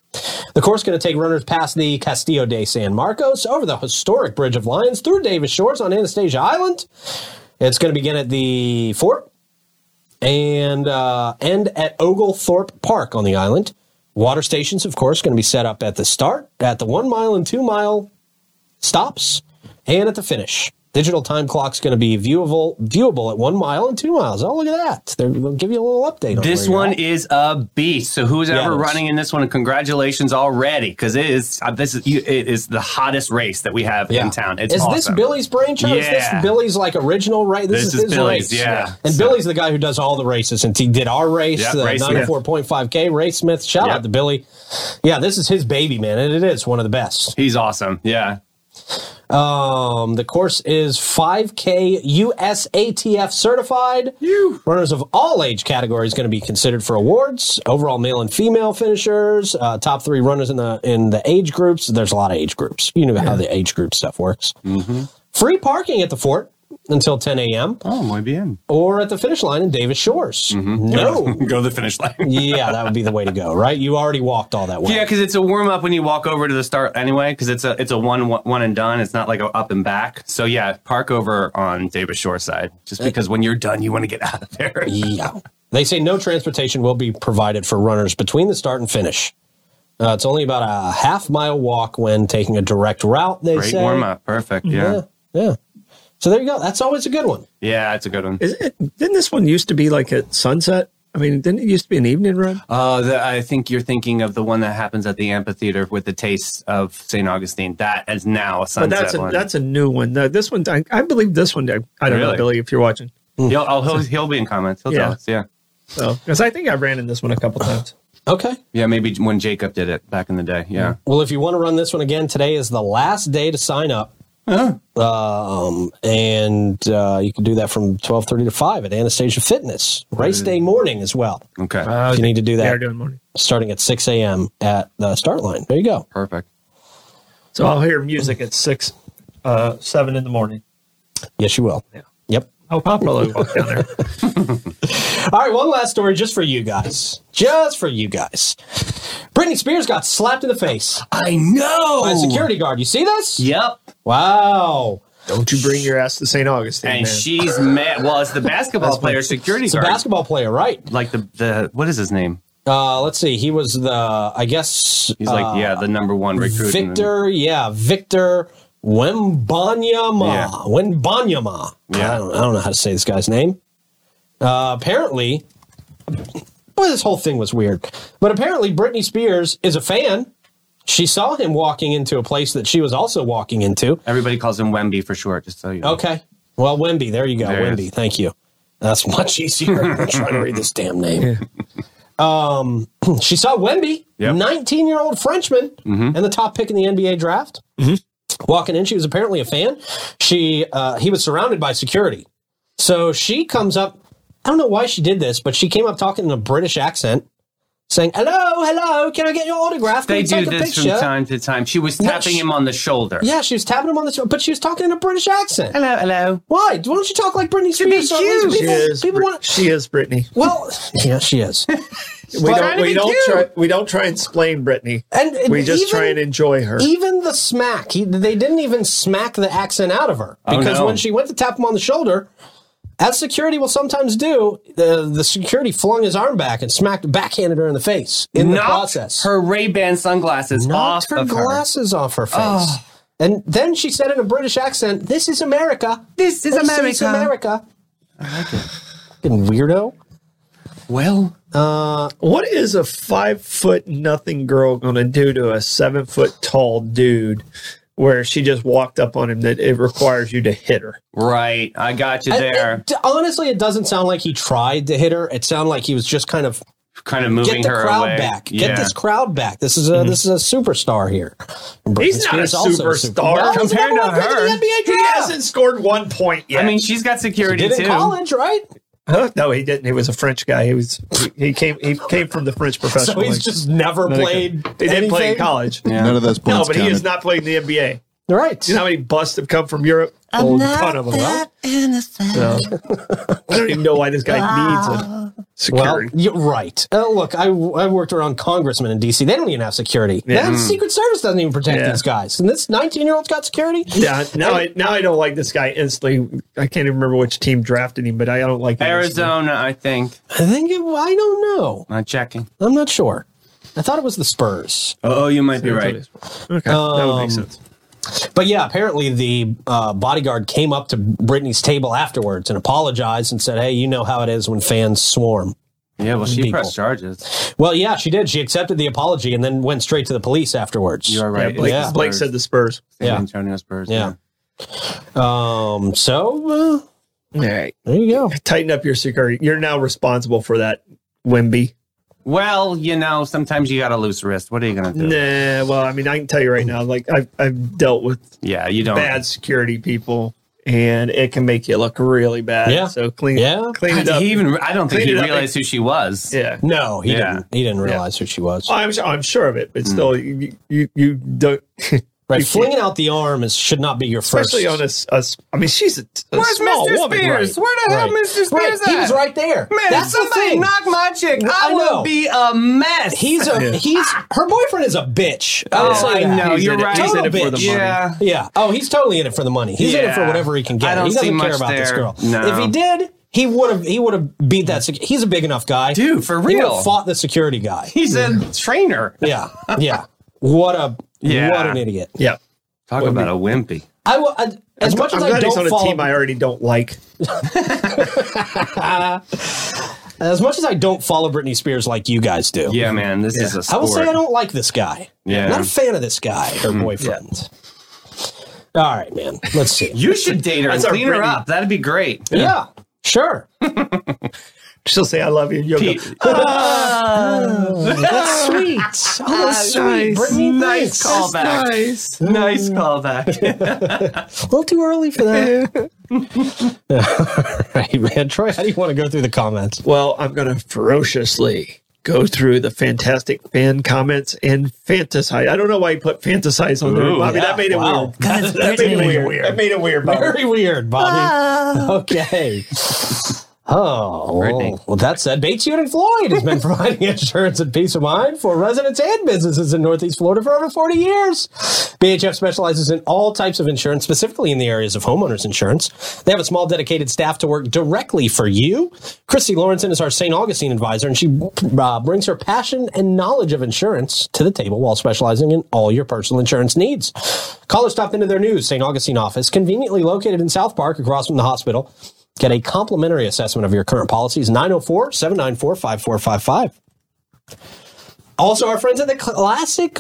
A: The course going to take runners past the Castillo de San Marcos over the historic Bridge of Lions through Davis Shores on Anastasia Island. It's going to begin at the fort and uh, end at Oglethorpe Park on the island. Water stations, of course, going to be set up at the start, at the one mile and two mile stops, and at the finish. Digital time clock's going to be viewable viewable at one mile and two miles. Oh, look at that! They're, they'll give you a little update. on where
C: This
A: you're
C: one
A: at.
C: is a beast. So who's
A: it
C: ever
A: is.
C: running in this one? Congratulations already, because it is uh, this is you- it is the hottest race that we have in town. It's
A: is
C: awesome.
A: this Billy's brainchild? Is this
C: Yeah.
A: Billy's like original race? This,
C: This
A: is
C: is
A: his
C: Billy's,
A: race.
C: yeah.
A: And
C: So-
A: Billy's the guy who does all the races, and he did our race, uh, the
C: Yeah, Race Smith.
A: 94.5K, Race Smith. Shout
C: Yeah.
A: out to Billy. Yeah, this is his baby, man, and it is one of the best.
C: He's awesome. Yeah.
A: Um, the course is 5K USATF certified. Runners of all age categories going to be considered for awards. Overall male and female finishers, uh, top three runners in the in the age groups. There's a lot of age groups. You know how the age group stuff works. Free parking at the fort until 10 a.m.
C: Oh, muy bien.
A: or at the finish line in Davis Shores. No.
C: Go to the finish line.
A: yeah, that would be the way to go, right? You already walked all that way.
C: Yeah, because it's a warm up when you walk over to the start anyway. Because it's a it's a one one and done. It's not like a up and back. So yeah, park over on Davis Shore side. Just because when you're done, you want to get out of there.
A: Yeah. They say no transportation will be provided for runners between the start and finish. Uh, it's only about a half mile walk when taking a direct route, they
C: Great
A: say.
C: warm up. Perfect. Yeah.
A: Yeah. Yeah. So there you go. That's always a good one.
C: Yeah, it's a good one.
B: Is it, didn't this one used to be like at sunset? I mean, didn't it used to be an evening run?
C: Uh, the, I think you're thinking of the one that happens at the amphitheater with the taste of St. Augustine. That is now a
B: But
C: sunset
B: that's a,
C: one.
B: that's a new one. No, this one, I, I believe this one. I, I don't know,
C: Really?
B: Billy, if you're watching.
C: he'll, oh, he'll, he'll be in comments. He'll
B: Yeah.
C: tell us. Yeah.
B: So, because I think I ran in this one a couple times.
A: Okay.
C: Yeah, maybe when Jacob did it back in the day. Yeah.
A: Well, if you want to run this one again, today is the last day to sign up.
C: Uh-huh.
A: Um, and uh, you can do that from 12.30 to 5 at Anastasia Fitness. Race day morning as well.
C: Okay.
A: If you need to do
B: They are
A: that
B: doing morning.
A: starting at 6 a.m. at the start line. There you go.
C: Perfect.
B: So I'll hear music at six, uh, seven in the morning.
A: Yes, you will. Yep.
B: I'll probably walk down there.
A: All right, one last story just for you guys. Just for you guys. Britney Spears got slapped in the face
C: I know.
A: by a security guard. You see this?
C: Yep.
A: Wow.
B: Don't you bring your ass to St. Augustine,
C: And
B: man.
C: she's mad. Well, it's the basketball player security
A: It's a
C: guard.
A: basketball player, right?
C: like the, the, what is his name?
A: Uh, let's see. He was the, I guess,
C: He's like, yeah, the number one recruit. in the-
A: Victor. Yeah, Victor Wembanyama.
C: Yeah.
A: Wembanyama.
C: Yeah.
A: I, don't, I don't know how to say this guy's name. Uh, apparently, boy, this whole thing was weird. But apparently, Britney Spears is a fan. She saw him walking into a place that she was also walking into.
C: Everybody calls him Wemby for short, just so you know.
A: Okay. Well, Wemby, there you go.
C: There it
A: Wemby,
C: is.
A: thank you. That's much easier than trying to read this damn name. Um, she saw Wemby,
C: Yep. Mm-hmm.
A: 19 year old Frenchman, and the top pick in the NBA draft. Walking in, she was apparently a fan. She uh, he was surrounded by security, so she comes up. I don't know why she did this, but she came up talking in a British accent, saying, "Hello, hello, can I get your autograph? Can
C: They
A: you
C: do
A: take a
C: this from
A: picture?"
C: time to time. She was
A: No,
C: tapping
A: she-
C: him on the shoulder.
A: Yeah, she was tapping him on the shoulder, but she was talking in a British accent.
C: Hello, hello.
A: Why? Why don't you talk like Britney Spears?
C: be
A: or at least
B: she
A: People,
B: is.
A: people
B: Brit-
A: want.
B: she is Brittany.
A: Well, yeah, she is.
B: We
C: trying
B: don't.
C: to
B: We
C: be
B: don't
C: cute.
B: try. We don't try and explain Brittany.
A: And and
B: We just
A: even,
B: try and enjoy her.
A: Even the smack, he, they didn't even smack the accent out of her
B: Oh,
A: because
C: no.
A: when she went to tap him on the shoulder, as security will sometimes do, the the security flung his arm back and smacked, backhanded her in the face in the
C: Knocked
A: process.
C: her Ray Ban sunglasses
A: knocked
C: off
A: her
C: of Oh.
A: glasses off her face. And then she said in a British accent, "This is America.
C: This is
A: This is America." I like it. Fucking weirdo.
C: Well,
A: Uh,
F: What is a five foot nothing girl going to do to a seven foot tall dude where she just walked up on him that it requires you to hit her?
C: Right. I got you
A: I-
C: there.
A: it- honestly, it doesn't sound like he tried to hit her. It sounded like he was just kind of
C: kind of moving
A: get the
C: her
A: crowd
C: away.
A: back.
C: Yeah. Mm-hmm.
A: Get this crowd back. This is a this is a superstar here. Britney
F: He's not a
A: Spears also
F: superstar.
A: No, he's the
C: Compared
A: number
C: to
A: one player
C: her,
A: in the NBA
F: He
A: draft.
F: hasn't scored one point yet.
C: I mean, she's got security
A: did
C: too.
A: in college, right?
F: Huh? no, he didn't. He was a French guy. He was he, he came he came from the French
A: So
F: professional.
A: he's
F: league.
A: just never
F: Not a good-
A: played.
F: He didn't play in
A: anything?
F: college.
C: Yeah.
D: None of those
F: No,
D: points
F: but he
D: counted.
F: has not played in the NBA.
A: Right.
F: You know how many busts have come from Europe? I'm ton of them. So, I don't even know why this guy needs a
A: well,
F: security.
A: you're right. Uh, look, I, I worked around congressmen in D.C. They don't even have security.
F: Yeah. Mm.
A: The Secret Service doesn't even protect
F: Yeah.
A: these guys. And this 19 year old's got security?
F: yeah, now I now I don't like this guy instantly. I can't even remember which team drafted him, but I don't like him instantly.
C: Arizona, I think.
A: I think it, I don't know.
C: Not checking.
A: I'm not sure. I thought it was the Spurs.
C: Oh, you might be right.
F: Okay, that would make sense.
A: But yeah, apparently the uh, bodyguard came up to Britney's table afterwards and apologized and said, "Hey, you know how it is when fans swarm."
C: Yeah, well, she
A: People.
C: pressed charges.
A: Well, yeah, she did. She accepted the apology and then went straight to the police afterwards.
C: You are right.
F: Yeah, Blake,
A: Yeah.
F: Blake said the Spurs.
C: San
A: Yeah.
C: Antonio Spurs.
A: Yeah. Um. So uh,
F: All right,
A: there you go.
F: tighten up your security. You're now responsible for that, Wimby.
C: Well, you know, sometimes you got a loose wrist. What are you gonna do?
F: Nah, well, I mean, I can tell you right now, like I've I've dealt with
C: Yeah, you don't.
F: bad security people, and it can make you look really bad.
A: Yeah.
F: So clean,
A: Yeah.
F: clean
C: God,
F: it up.
C: he even. I don't think
F: Clean
C: he
F: it up.
C: realized who she was.
F: yeah.
A: No, he
C: Yeah.
A: didn't. He didn't realize who she was.
F: Oh, I'm, su- I'm sure of it, but still, you, you, you don't,
A: Right,
F: you
A: flinging out the arm is should not be your first.
F: especially on a, s- a s- I mean, she's a, a small woman, right?
C: Where the
A: Right. Right, he was right there.
C: Man,
A: That's the
C: somebody
A: thing.
C: knock my chick. I,
A: I know.
C: will be a mess.
A: he's a he's her boyfriend is a bitch. I'll
C: Oh,
A: say
C: I
A: that.
C: know.
F: He's
C: You're
F: in it-
C: right.
A: he's in it for the
F: money.
C: Yeah.
A: Yeah. Oh, he's totally in it for the money. He's in it for
C: Yeah.
A: whatever he can
C: I
A: get.
C: don't
A: He
C: see
A: doesn't care
C: much
A: about this
C: there.
A: girl.
C: No.
A: If he did, he would have. He would have beat that. Sec- he's a big enough guy,
C: Dude, for
A: He would
C: real.
A: have fought the security guy.
C: He's a trainer.
A: Yeah. Yeah. What a.
C: Yeah.
A: What an idiot.
F: Yeah.
C: Talk about a wimpy.
A: I will. I, as much
F: I'm
A: as
F: glad
A: I
F: he's on
A: don't
F: a
A: follow.
F: team I already don't like.
A: as much as I don't follow Britney Spears like you guys do.
C: Yeah, man, this is a
A: I
C: sport.
A: will say I don't like this guy.
C: Yeah.
A: Not a fan of this guy, her boyfriend. All right, man. Let's see.
C: You should date her and
F: That's our
C: clean her
F: Britney.
C: up. That'd be great.
A: yeah. Sure.
F: She'll say, I love you. and You'll go,
C: Pete.
A: That's sweet. Oh, that's sweet.
F: nice.
A: Brittany,
C: Nice callback.
F: nice.
C: Nice callback.
A: A little too early for that. All right, man. Troy, how do you want to go through the comments?
F: Well, I'm going to ferociously go through the fantastic fan comments and fantasize. I don't know why you put fantasize on there.
C: Ooh,
F: Bobby, that made it
A: wow.
F: weird. That made it weird. That made it weird, Bobby.
A: Very weird, Bobby.
F: Ah.
A: Okay. Oh,
C: Brittany.
A: well, that said, Bates Hewitt and Floyd has been providing insurance and peace of mind for residents and businesses in Northeast Florida for over 40 years. BHF specializes in all types of insurance, specifically in the areas of homeowners insurance. They have a small dedicated staff to work directly for you. Christy Lawrenson is our St. Augustine advisor, and she uh, brings her passion and knowledge of insurance to the table while specializing in all your personal insurance needs. Callers stopped into their new St. Augustine office, conveniently located in South Park across from the hospital. Get a complimentary assessment of your current policies, 904 794 5455. Also, our friends at the Classic.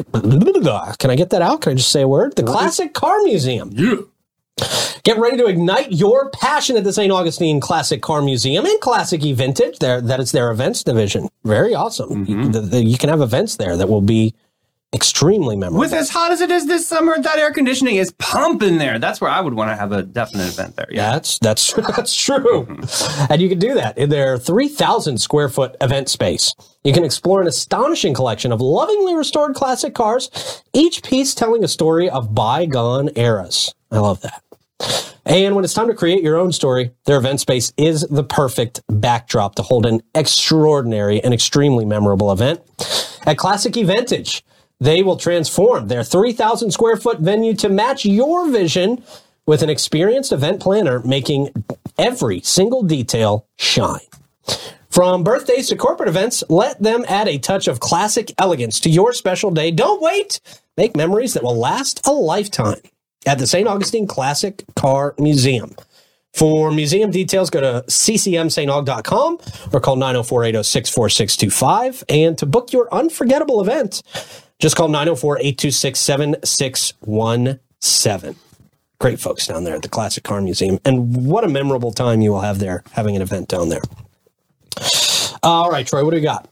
A: Can I get that out? Can I just say a word? The Classic Car Museum. Yeah. Get ready to ignite your passion at the St. Augustine Classic Car Museum and Classic E Vintage. There, that is their events division. Very awesome. You- the- the- you can have events there that will be extremely memorable.
C: With as hot as it is this summer, that air conditioning is pumping there. That's where I would want to have a definite event there. Yeah.
A: That's that's that's true. and you can do that in their 3000 square foot event space. You can explore an astonishing collection of lovingly restored classic cars, each piece telling a story of bygone eras. I love that. And when it's time to create your own story, their event space is the perfect backdrop to hold an extraordinary and extremely memorable event. At Classic Eventage, they will transform their 3,000 square foot venue to match your vision with an experienced event planner making every single detail shine. From birthdays to corporate events, let them add a touch of classic elegance to your special day. Don't wait. Make memories that will last a lifetime at the St. Augustine Classic Car Museum. For museum details, go to ccmstog.com or call 904 806 4625. And to book your unforgettable event, just call 904 826 7617. Great folks down there at the Classic Car Museum. And what a memorable time you will have there having an event down there. All right, Troy, what do we got?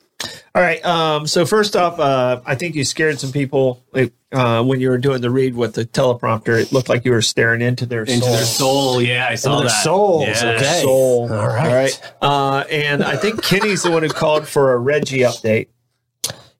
B: All right. Um, so first off, uh, I think you scared some people like, uh, when you were doing the read with the teleprompter. It looked like you were staring into their
C: Into
B: soul.
C: their soul. Yeah, I saw
A: Into their
C: that.
A: souls,
C: Yeah.
A: okay.
B: Soul.
A: All right.
B: Uh, and I think Kenny's the one who called for a Reggie update.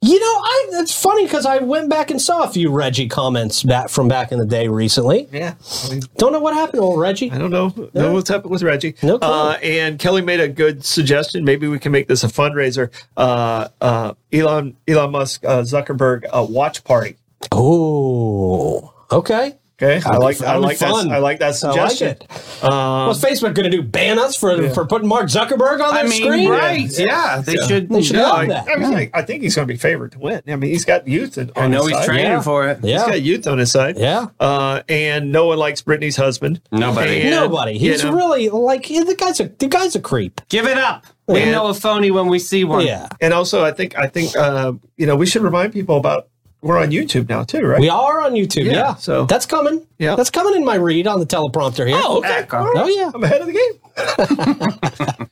A: You know, I it's funny because I went back and saw a few Reggie comments back from back in the day recently.
B: Yeah. I mean,
A: Don't know what happened to old Reggie.
B: I don't know. No, what's happened with Reggie?
A: No clue.
B: Uh, and Kelly made a good suggestion. Maybe we can make this a fundraiser. Uh, uh, Elon Elon Musk uh, Zuckerberg uh, watch party.
A: Oh, okay.
B: Okay, I
A: be
B: like
A: fun.
B: I
A: That'd be
B: like that.
A: fun.
B: I like that
A: I like
B: suggestion.
A: it. What's Facebook going to do? Ban us for for putting Mark Zuckerberg on
C: I
A: their
C: mean,
A: screen?
C: right? Yeah, they should.
A: They should
B: Yeah,
A: love
B: I,
A: that.
B: I mean, I, I think he's going to be favored to win. I mean, he's got youth. In, on
C: I know
B: his
C: he's
B: side.
C: training
A: yeah.
C: for it.
B: He's
A: Yeah.
B: got youth on his side.
A: Yeah.
B: Uh, and no one likes Britney's husband.
C: Nobody.
B: And,
A: Nobody.
B: you
A: He's
B: know,
A: really like he- the guy's a the guy's a creep.
C: Give it up. We
B: Yeah.
C: know a phony when we see one.
A: Yeah.
B: And also, I think I think uh, you know we should remind people about we're on YouTube now too, right?
A: We are on YouTube. Yeah.
B: Yeah, so-
A: that's coming.
B: Yeah.
A: That's coming in my read on the teleprompter here.
B: Oh, okay.
C: Heck,
B: All
A: Oh,
B: right.
A: yeah.
B: I'm ahead of the game.
A: Um,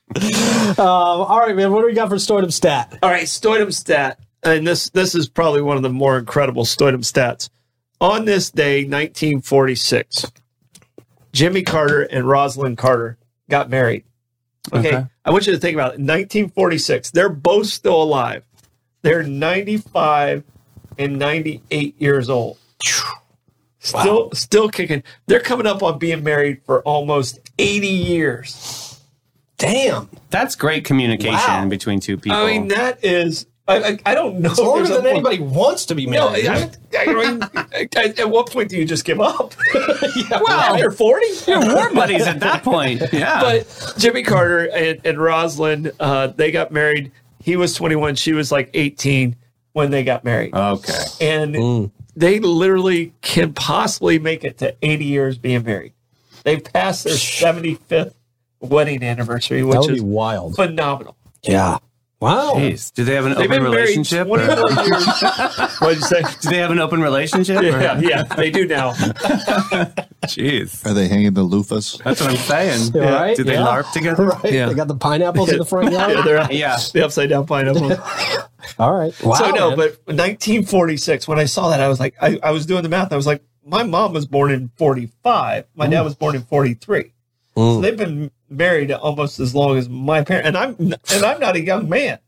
A: all right, man. What do we got for Stoidum stat?
B: All right, Stoidum stat, and this this is probably one of the more incredible Stoidum stats. On this day, 1946, Jimmy Carter and Rosalind Carter got married. Okay,
C: Okay.
B: I want you to think about it. 1946, they're both still alive. They're 95 and 98 years old. Still, still kicking. They're coming up on being married for almost 80 years.
A: Damn.
C: That's great communication
A: Wow.
C: between two people.
B: I mean, that is. I, I, I don't know. if
A: Longer
B: there's
A: Oh. than
B: a-
A: anybody wants to be
B: No,
A: married.
B: I, I mean, at, at what point do you just give up?
A: Yeah,
B: well,
A: right.
B: you're 40.
C: They're war buddies at that point. Yeah.
B: But Jimmy Carter and, and Rosalind, uh, they got married. He was 21. She was like 18 when they got married.
C: okay.
B: and they literally can possibly make it to 80 years being married. They passed their 75th wedding anniversary,
A: that
B: which
A: would be
B: is
A: wild.
B: phenomenal.
A: Yeah. Wow.
C: Jeez. Do they have an
B: They've
C: open
B: been married
C: relationship? or-
B: 24 years. What'd you say?
C: Do they have an open relationship? or-
B: Yeah, yeah, they do now.
C: Jeez.
D: Are they hanging the loofahs?
C: That's what I'm saying.
A: Yeah, right?
C: Do they
A: Yeah.
C: LARP together?
A: Right.
B: Yeah.
A: They got the pineapples in the front yard.
B: Yeah, they're
C: Yeah.
B: the upside down pineapple.
A: All right. Wow.
B: so no,
A: man.
B: but 1946. When I saw that, I was like, I, I was doing the math. I was like, my mom was born in 45. My dad was born in 43. So
A: Mm.
B: they've been married almost as long as my parents. And I'm and I'm not a young man.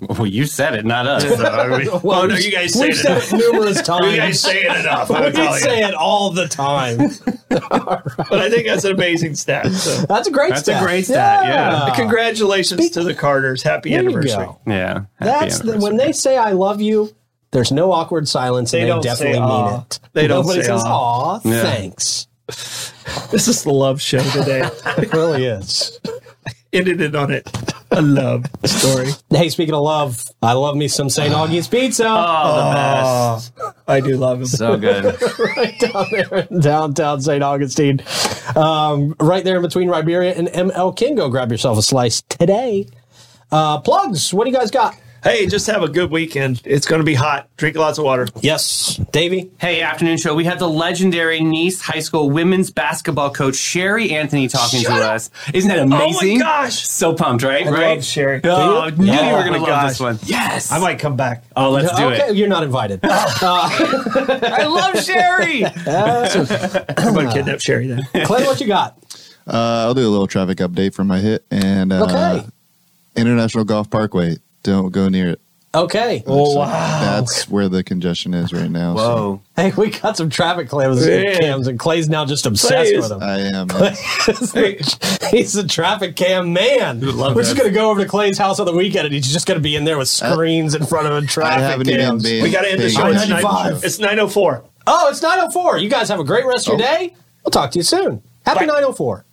C: Well, you said it, not us. so, I mean-
B: Well, no, you guys
A: We've said it numerous times.
B: say it enough.
A: we say it all the time.
B: But I think that's an amazing stat. So.
A: That's a great
C: That's a
A: stat.
C: great stat, yeah.
B: Congratulations to the Carters. Happy
A: Ah. There you
B: anniversary.
A: go.
C: yeah. Happy
A: That's the, when
C: anniversary.
A: they say I love you, there's no awkward silence
B: They
A: and
B: don't
A: they
B: say
A: definitely mean
B: aw.
A: it.
B: They don't
A: Nobody
B: say
A: says, aw,
B: aw.
C: Yeah.
A: thanks.
B: This is the love show today.
A: It really is.
B: Ended it on it. A love story.
A: Hey, speaking of love, I love me some St. Augie's pizza.
C: Oh,
B: Oh, I do love him.
C: the best. So good.
A: right down there in downtown St. Augustine. Um, right there in between Riberia and ML King. Go grab yourself a slice today. Uh, plugs, what do you guys got?
B: Hey, just have a good weekend. It's going to be hot. Drink lots of water.
A: Yes, Davey.
C: Hey, afternoon show. We had the legendary Nice High School women's basketball coach Sherry Anthony talking to us. Isn't that amazing?
B: gosh.
C: So pumped, right?
B: I
C: right?
B: love Sherry.
C: Oh,
A: Do you?
C: knew
A: Oh
C: you were gonna
B: my
C: love
B: gosh.
C: this one. Yes.
B: I might come back.
C: oh, let's do
A: okay,
C: it.
A: you're not invited.
C: I love Sherry.
B: I'm going to kidnap Sherry then.
A: Clay, what you got?
D: Uh, I'll do a little traffic update from my hit and uh,
A: Okay.
D: International Golf Parkway. Don't go near it.
A: Okay.
B: Oh, wow.
D: That's where the congestion is right now. so
C: Whoa.
A: Hey, we got some traffic cams,
B: Yeah.
A: cams and Clay's now just obsessed
B: Clay
A: with
B: is-
A: them.
D: I am. man.
A: he's a traffic cam man.
C: love
A: We're just
C: that.
A: going to go over to Clay's house on the weekend and he's just going to be in there with screens in front of him,
D: I
A: traffic
D: haven't even
A: cams.
D: been.
B: We got to end the
D: paying
B: show. It's,
D: attention to the
A: 95.
D: show.
B: it's 904.
A: Oh, it's 904. You guys have a great rest of your day. We'll talk to you soon. Happy 904.